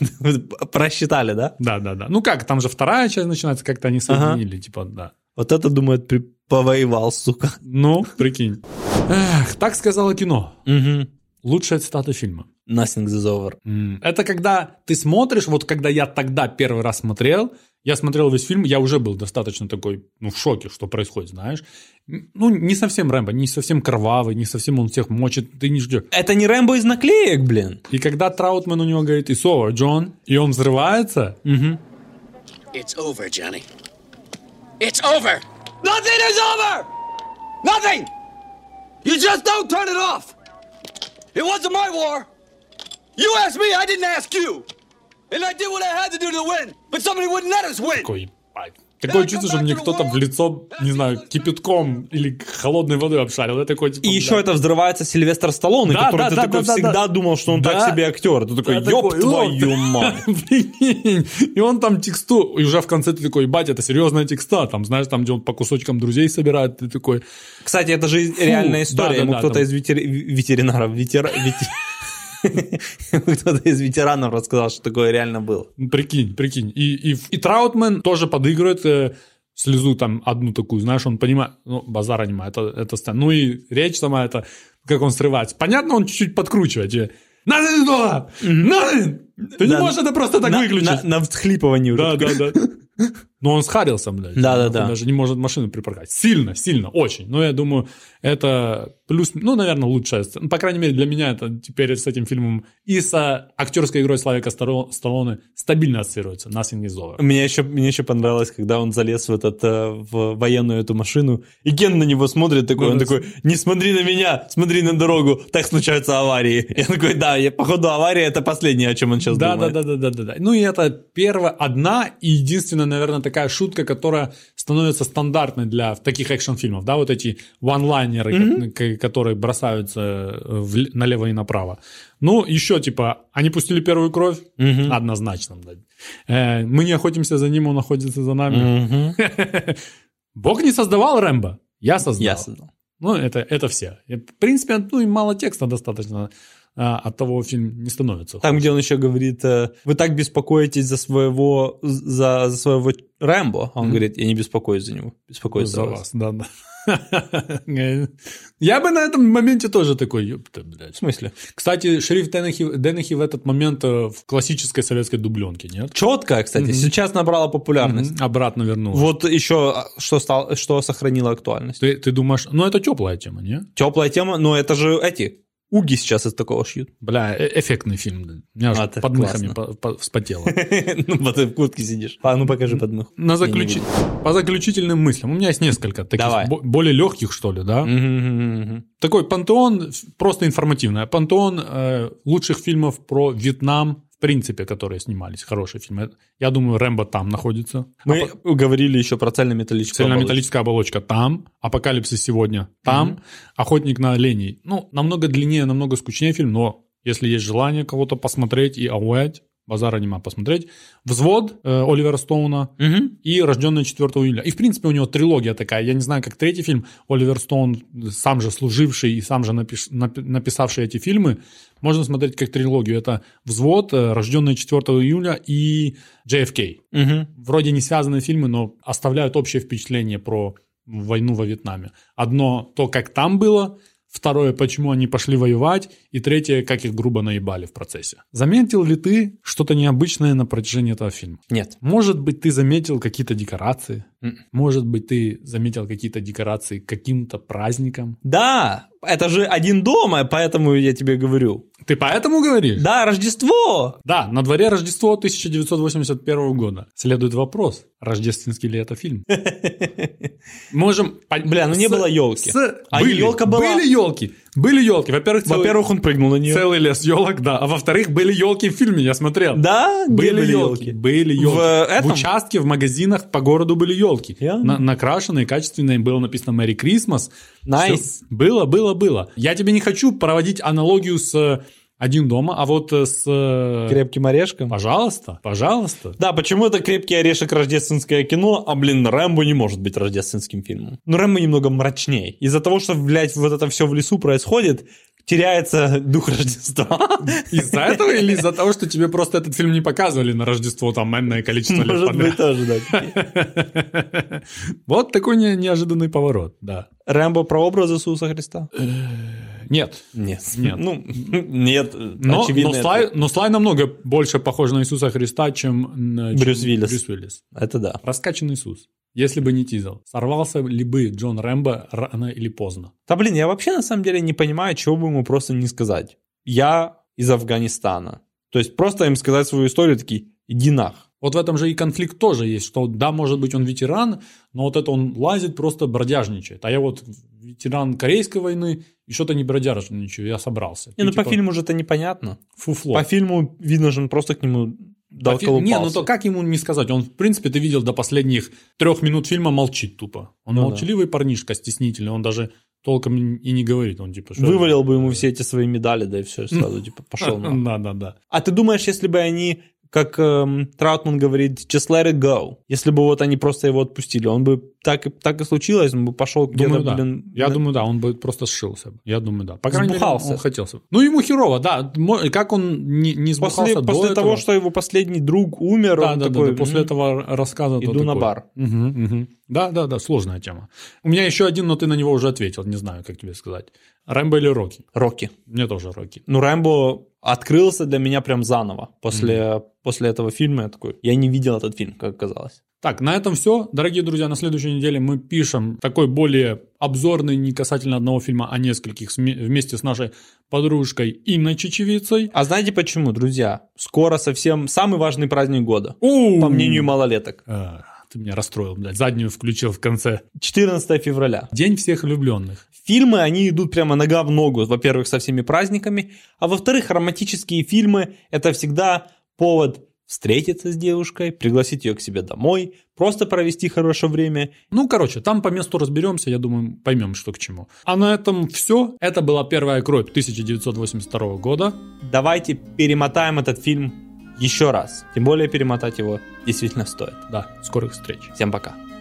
Speaker 8: Просчитали, да?
Speaker 7: Да, да, да. Ну как, там же вторая часть начинается, как-то они соединили, типа, да.
Speaker 8: Вот это, думает, при- повоевал, сука.
Speaker 7: Ну, прикинь. Эх, так сказала кино.
Speaker 8: Угу.
Speaker 7: Лучшая цитата фильма.
Speaker 8: Nothing is over.
Speaker 7: М, Это когда ты смотришь, вот когда я тогда первый раз смотрел, я смотрел весь фильм, я уже был достаточно такой, ну, в шоке, что происходит, знаешь. М, Ну, не совсем Рэмбо, не совсем кровавый, не совсем он всех мочит, ты не ждешь.
Speaker 8: Это не Рэмбо из наклеек, блин.
Speaker 7: И когда Траутман у него говорит, и over, Джон, и он взрывается,
Speaker 4: It's over, Johnny. It's over!
Speaker 2: Nothing is over! Nothing! You just don't turn it off! It wasn't my war! You asked me, I didn't ask you! And I did what I had to do to win, but somebody wouldn't let us win!
Speaker 7: такой, ебать. Такое чувство, что мне кто-то в лицо, не знаю, кипятком или холодной водой обшарил. Я такой, типа,
Speaker 8: И
Speaker 7: бля.
Speaker 8: еще это взрывается Сильвестр Сталлоне,
Speaker 7: Да,
Speaker 8: который
Speaker 7: да,
Speaker 8: ты
Speaker 7: да,
Speaker 8: такой
Speaker 7: да, да,
Speaker 8: всегда
Speaker 7: да.
Speaker 8: думал, что он
Speaker 7: Да.
Speaker 8: так себе актер. Ты такой,
Speaker 7: Я
Speaker 8: ёб
Speaker 7: такой,
Speaker 8: твою
Speaker 7: «Ёп». (laughs)
Speaker 8: мать.
Speaker 7: Прикинь. И он там тексту, и уже в конце ты такой, ебать, это серьезная текста, там, знаешь, там, где он по кусочкам друзей собирает, ты такой,
Speaker 8: Кстати, это же реальная история.
Speaker 7: да-да-да,
Speaker 8: Ему кто-то
Speaker 7: там.
Speaker 8: из ветер- ветеринаров... ветера- ветер- (laughs) Ему Кто-то из ветеранов рассказал, что такое реально было.
Speaker 7: ну, прикинь, прикинь. И, и, и Траутмен тоже подыгрывает э, слезу там одну такую, знаешь, он понимает, ну, базара нема, это, это ста- Ну и речь сама это, как он срывается. Понятно, он чуть-чуть подкручивает. тебе. Надо, Людова! Надо! Ты не
Speaker 8: Да.
Speaker 7: можешь это просто так
Speaker 8: На-
Speaker 7: выключить.
Speaker 8: на- На всхлипывании
Speaker 7: Да,
Speaker 8: уже.
Speaker 7: да, да. Но он схарился, блядь.
Speaker 8: Да-да-да.
Speaker 7: Он даже не может машину припарковать. Сильно, сильно, очень. Но я думаю, это плюс, ну, наверное, лучшая сцена. Ну, По крайней мере, для меня это теперь с этим фильмом и с а, актерской игрой Славика Старо- Сталлоне стабильно ассоциируется. Нас и не зовут.
Speaker 8: Мне еще, мне еще понравилось, когда он залез в, этот, э, в военную эту машину, и Ген на него смотрит такой, он
Speaker 7: Да.
Speaker 8: такой, не смотри на меня, смотри на дорогу, так случаются аварии. (laughs) Я такой, да, я, походу авария это последнее, о чем он сейчас
Speaker 7: Да, да,
Speaker 8: думает.
Speaker 7: да, да, да, да, да. Ну и это первая, одна и единственная, наверное, такая шутка, которая становится стандартной для таких экшн-фильмов, да, вот эти ванлайнеры, ко- к- которые бросаются э, в- налево и направо. Ну, еще типа, они пустили первую кровь, однозначно. блядь. Э, мы не охотимся за ним, он охотится за нами.
Speaker 8: Мгм.
Speaker 7: Бог не создавал Рэмбо, я создал.
Speaker 8: Я создал.
Speaker 7: Ну, это, это все. И, В принципе, ну и мало текста достаточно а, от того фильм не становится.
Speaker 8: Там, где он еще говорит, э, вы так беспокоитесь за своего, за, за своего Рэмбо. А он говорит, я не беспокоюсь за него, беспокоюсь за,
Speaker 7: За
Speaker 8: вас.
Speaker 7: вас, да, да. (laughs) Я бы на этом моменте тоже такой, ёпта,
Speaker 8: В
Speaker 7: блядь.
Speaker 8: смысле?
Speaker 7: Кстати, шериф Деннехи, Деннехи в этот момент э, в классической советской дубленке, нет?
Speaker 8: Четко, кстати, сейчас набрала популярность.
Speaker 7: Мгм, Обратно вернулась.
Speaker 8: Вот еще, а, что, стал, что сохранило актуальность.
Speaker 7: Ты, ты думаешь, ну это теплая тема, не?
Speaker 8: Теплая тема, но это же эти уги сейчас из такого шьют. (laughs)
Speaker 7: Бля, э- эффектный фильм. блин. У меня аж
Speaker 8: А, это
Speaker 7: под
Speaker 8: классно.
Speaker 7: мыхами по- по-
Speaker 8: (laughs)
Speaker 7: вспотело.
Speaker 8: Ну, вот ты в куртке сидишь. А ну покажи подмых.
Speaker 7: На заключи- По заключительным мыслям. У меня есть несколько таких
Speaker 8: Давай.
Speaker 7: бо- более легких, что ли, да? Такой пантеон, ф- просто информативный, А пантеон э, лучших фильмов про Вьетнам, в принципе, которые снимались, хорошие фильмы. Я думаю, Рэмбо там находится.
Speaker 8: Мы говорили еще про цельнометаллическую оболочку.
Speaker 7: Цельнометаллическая оболочка там, Апокалипсис сегодня там, Охотник на оленей. Ну, намного длиннее, намного скучнее фильм, но если есть желание кого-то посмотреть и ауять, базара нема посмотреть. Взвод э, Оливера Стоуна
Speaker 8: Мгм.
Speaker 7: и Рожденная 4 июля. И, в принципе, у него трилогия такая. Я не знаю, как третий фильм. Оливер Стоун, сам же служивший и сам же напиш- нап- написавший эти фильмы, можно смотреть как трилогию. Это «Взвод», э, «Рожденная 4 июля» и «JFK».
Speaker 8: Мгм.
Speaker 7: Вроде не связанные фильмы, но оставляют общее впечатление про войну во Вьетнаме. Одно – то, как там было, второе – почему они пошли воевать, и третье – как их грубо наебали в процессе. Заметил ли ты что-то необычное на протяжении этого фильма?
Speaker 8: Нет.
Speaker 7: Может быть, ты заметил какие-то декорации? Может быть, ты заметил какие-то декорации к каким-то праздникам?
Speaker 8: Да, это же один дома, поэтому я тебе говорю.
Speaker 7: Ты поэтому говоришь?
Speaker 8: Да, Рождество!
Speaker 7: Да, на дворе Рождество 1981 года. Следует вопрос, рождественский ли это
Speaker 8: (laughs)
Speaker 7: фильм? Можем... по-
Speaker 8: Бля, ну не
Speaker 7: с-
Speaker 8: было ёлки.
Speaker 7: с-
Speaker 8: А
Speaker 7: были,
Speaker 8: ёлка была?
Speaker 7: Были елки. Были елки. Во-первых, целый,
Speaker 8: Во-первых, он прыгнул на нее.
Speaker 7: целый лес елок, да. А во-вторых, были елки в фильме, я смотрел.
Speaker 8: Да, где
Speaker 7: Были елки. Были елки.
Speaker 8: В этом?
Speaker 7: участке, в магазинах по городу были елки.
Speaker 8: Я-
Speaker 7: накрашенные, качественные. Было написано Мэри Крисмас.
Speaker 8: Найс.
Speaker 7: Всё. Было, было, было. Я тебе не хочу проводить аналогию с э, один дома, а вот э, с... э,
Speaker 8: Крепким орешком.
Speaker 7: Пожалуйста, пожалуйста.
Speaker 8: Да, почему это крепкий орешек рождественское кино, а, блин, Рэмбо не может быть рождественским фильмом. Но Рэмбо немного мрачнее. Из-за того, что, блядь, вот это все в лесу происходит, теряется дух Рождества.
Speaker 7: Из-за этого или из-за того, что тебе просто этот фильм не показывали на Рождество там энное количество лет
Speaker 8: Может
Speaker 7: подряд?
Speaker 8: быть, тоже, да.
Speaker 7: Вот такой не- неожиданный поворот, да.
Speaker 8: Рэмбо про образ Иисуса Христа?
Speaker 7: Нет,
Speaker 8: Нет.
Speaker 7: Нет.
Speaker 8: Ну, (laughs) нет,
Speaker 7: но,
Speaker 8: очевидно.
Speaker 7: но Слай,
Speaker 8: это-
Speaker 7: но Слай намного больше похож на Иисуса Христа, чем, на- чем
Speaker 8: Брюс Уиллис.
Speaker 7: Брюс Уиллис.
Speaker 8: Это да.
Speaker 7: Раскачан Иисус. Если бы не тизал, сорвался ли бы Джон Рэмбо рано или поздно?
Speaker 8: Да блин, я вообще на самом деле не понимаю, чего бы ему просто не сказать. Я из Афганистана. То есть просто им сказать свою историю, такие, иди нах.
Speaker 7: Вот в этом же и конфликт тоже есть, что да, может быть, он ветеран, но вот это он лазит, просто бродяжничает. А я вот ветеран Корейской войны, и что-то не бродяжничаю, я собрался. И
Speaker 8: Не, ну по
Speaker 7: типа
Speaker 8: фильму же это непонятно.
Speaker 7: Фуфло.
Speaker 8: По фильму видно же, он просто к нему
Speaker 7: По
Speaker 8: дал
Speaker 7: фи- Не, ну
Speaker 8: колупался.
Speaker 7: то как ему не сказать? Он, в принципе, ты видел до последних трех минут фильма молчит тупо. Он
Speaker 8: Ну да.
Speaker 7: молчаливый парнишка, стеснительный, он даже толком и не говорит. Он типа... что-
Speaker 8: Вывалил бы ему все эти свои медали, да и все, сразу типа
Speaker 7: (laughs)
Speaker 8: пошел (laughs) на.
Speaker 7: Да, да, да.
Speaker 8: А ты думаешь, если бы они, как эм, Траутман говорит, just let it go, если бы вот они просто его отпустили, он бы так, и- так и случилось, он бы пошел где-то,
Speaker 7: Думаю, да.
Speaker 8: блин...
Speaker 7: Я
Speaker 8: на-
Speaker 7: думаю, да, он бы просто сшился. бы. Я думаю, да. По крайней мере,
Speaker 8: Сбухался.
Speaker 7: он хотел. с- Ну, ему херово, да. Мо- Как он не, не сбухался
Speaker 8: После,
Speaker 7: до
Speaker 8: после того,
Speaker 7: этого?
Speaker 8: что его последний друг умер,
Speaker 7: Да,
Speaker 8: он
Speaker 7: да, да,
Speaker 8: такой...
Speaker 7: да, после
Speaker 8: «М,
Speaker 7: этого р- рассказа... Ну, то
Speaker 8: Иду на
Speaker 7: такой.
Speaker 8: бар.
Speaker 7: Мгм, мгм. Да, да, да, сложная тема. У меня еще один, но ты на него уже ответил, не знаю, как тебе сказать. Рэмбо или Рокки?
Speaker 8: Рокки.
Speaker 7: Мне тоже Рокки.
Speaker 8: Ну, Рэмбо открылся для меня прям заново после, после этого фильма. Я такой, я не видел этот фильм, как оказалось.
Speaker 7: Так, на этом все. Дорогие друзья, на следующей неделе мы пишем такой более обзорный, не касательно одного фильма, а нескольких, сме- вместе с нашей подружкой Инной Чечевицей.
Speaker 8: А знаете почему, друзья? Скоро совсем самый важный праздник года. По мнению малолеток.
Speaker 7: А, ты меня расстроил, блядь, заднюю включил в конце.
Speaker 8: 14 февраля.
Speaker 7: День всех влюбленных.
Speaker 8: Фильмы, они идут прямо нога в ногу, во-первых, со всеми праздниками, а во-вторых, романтические фильмы – это всегда повод встретиться с девушкой, пригласить ее к себе домой, просто провести хорошее время
Speaker 7: Ну, короче, там по месту разберемся, я думаю, поймем, что к чему. А на этом все. Это была первая кровь 1982 года.
Speaker 8: давайте перемотаем этот фильм еще раз. Тем более перемотать его действительно стоит.
Speaker 7: Да, скорых встреч.
Speaker 8: Всем пока.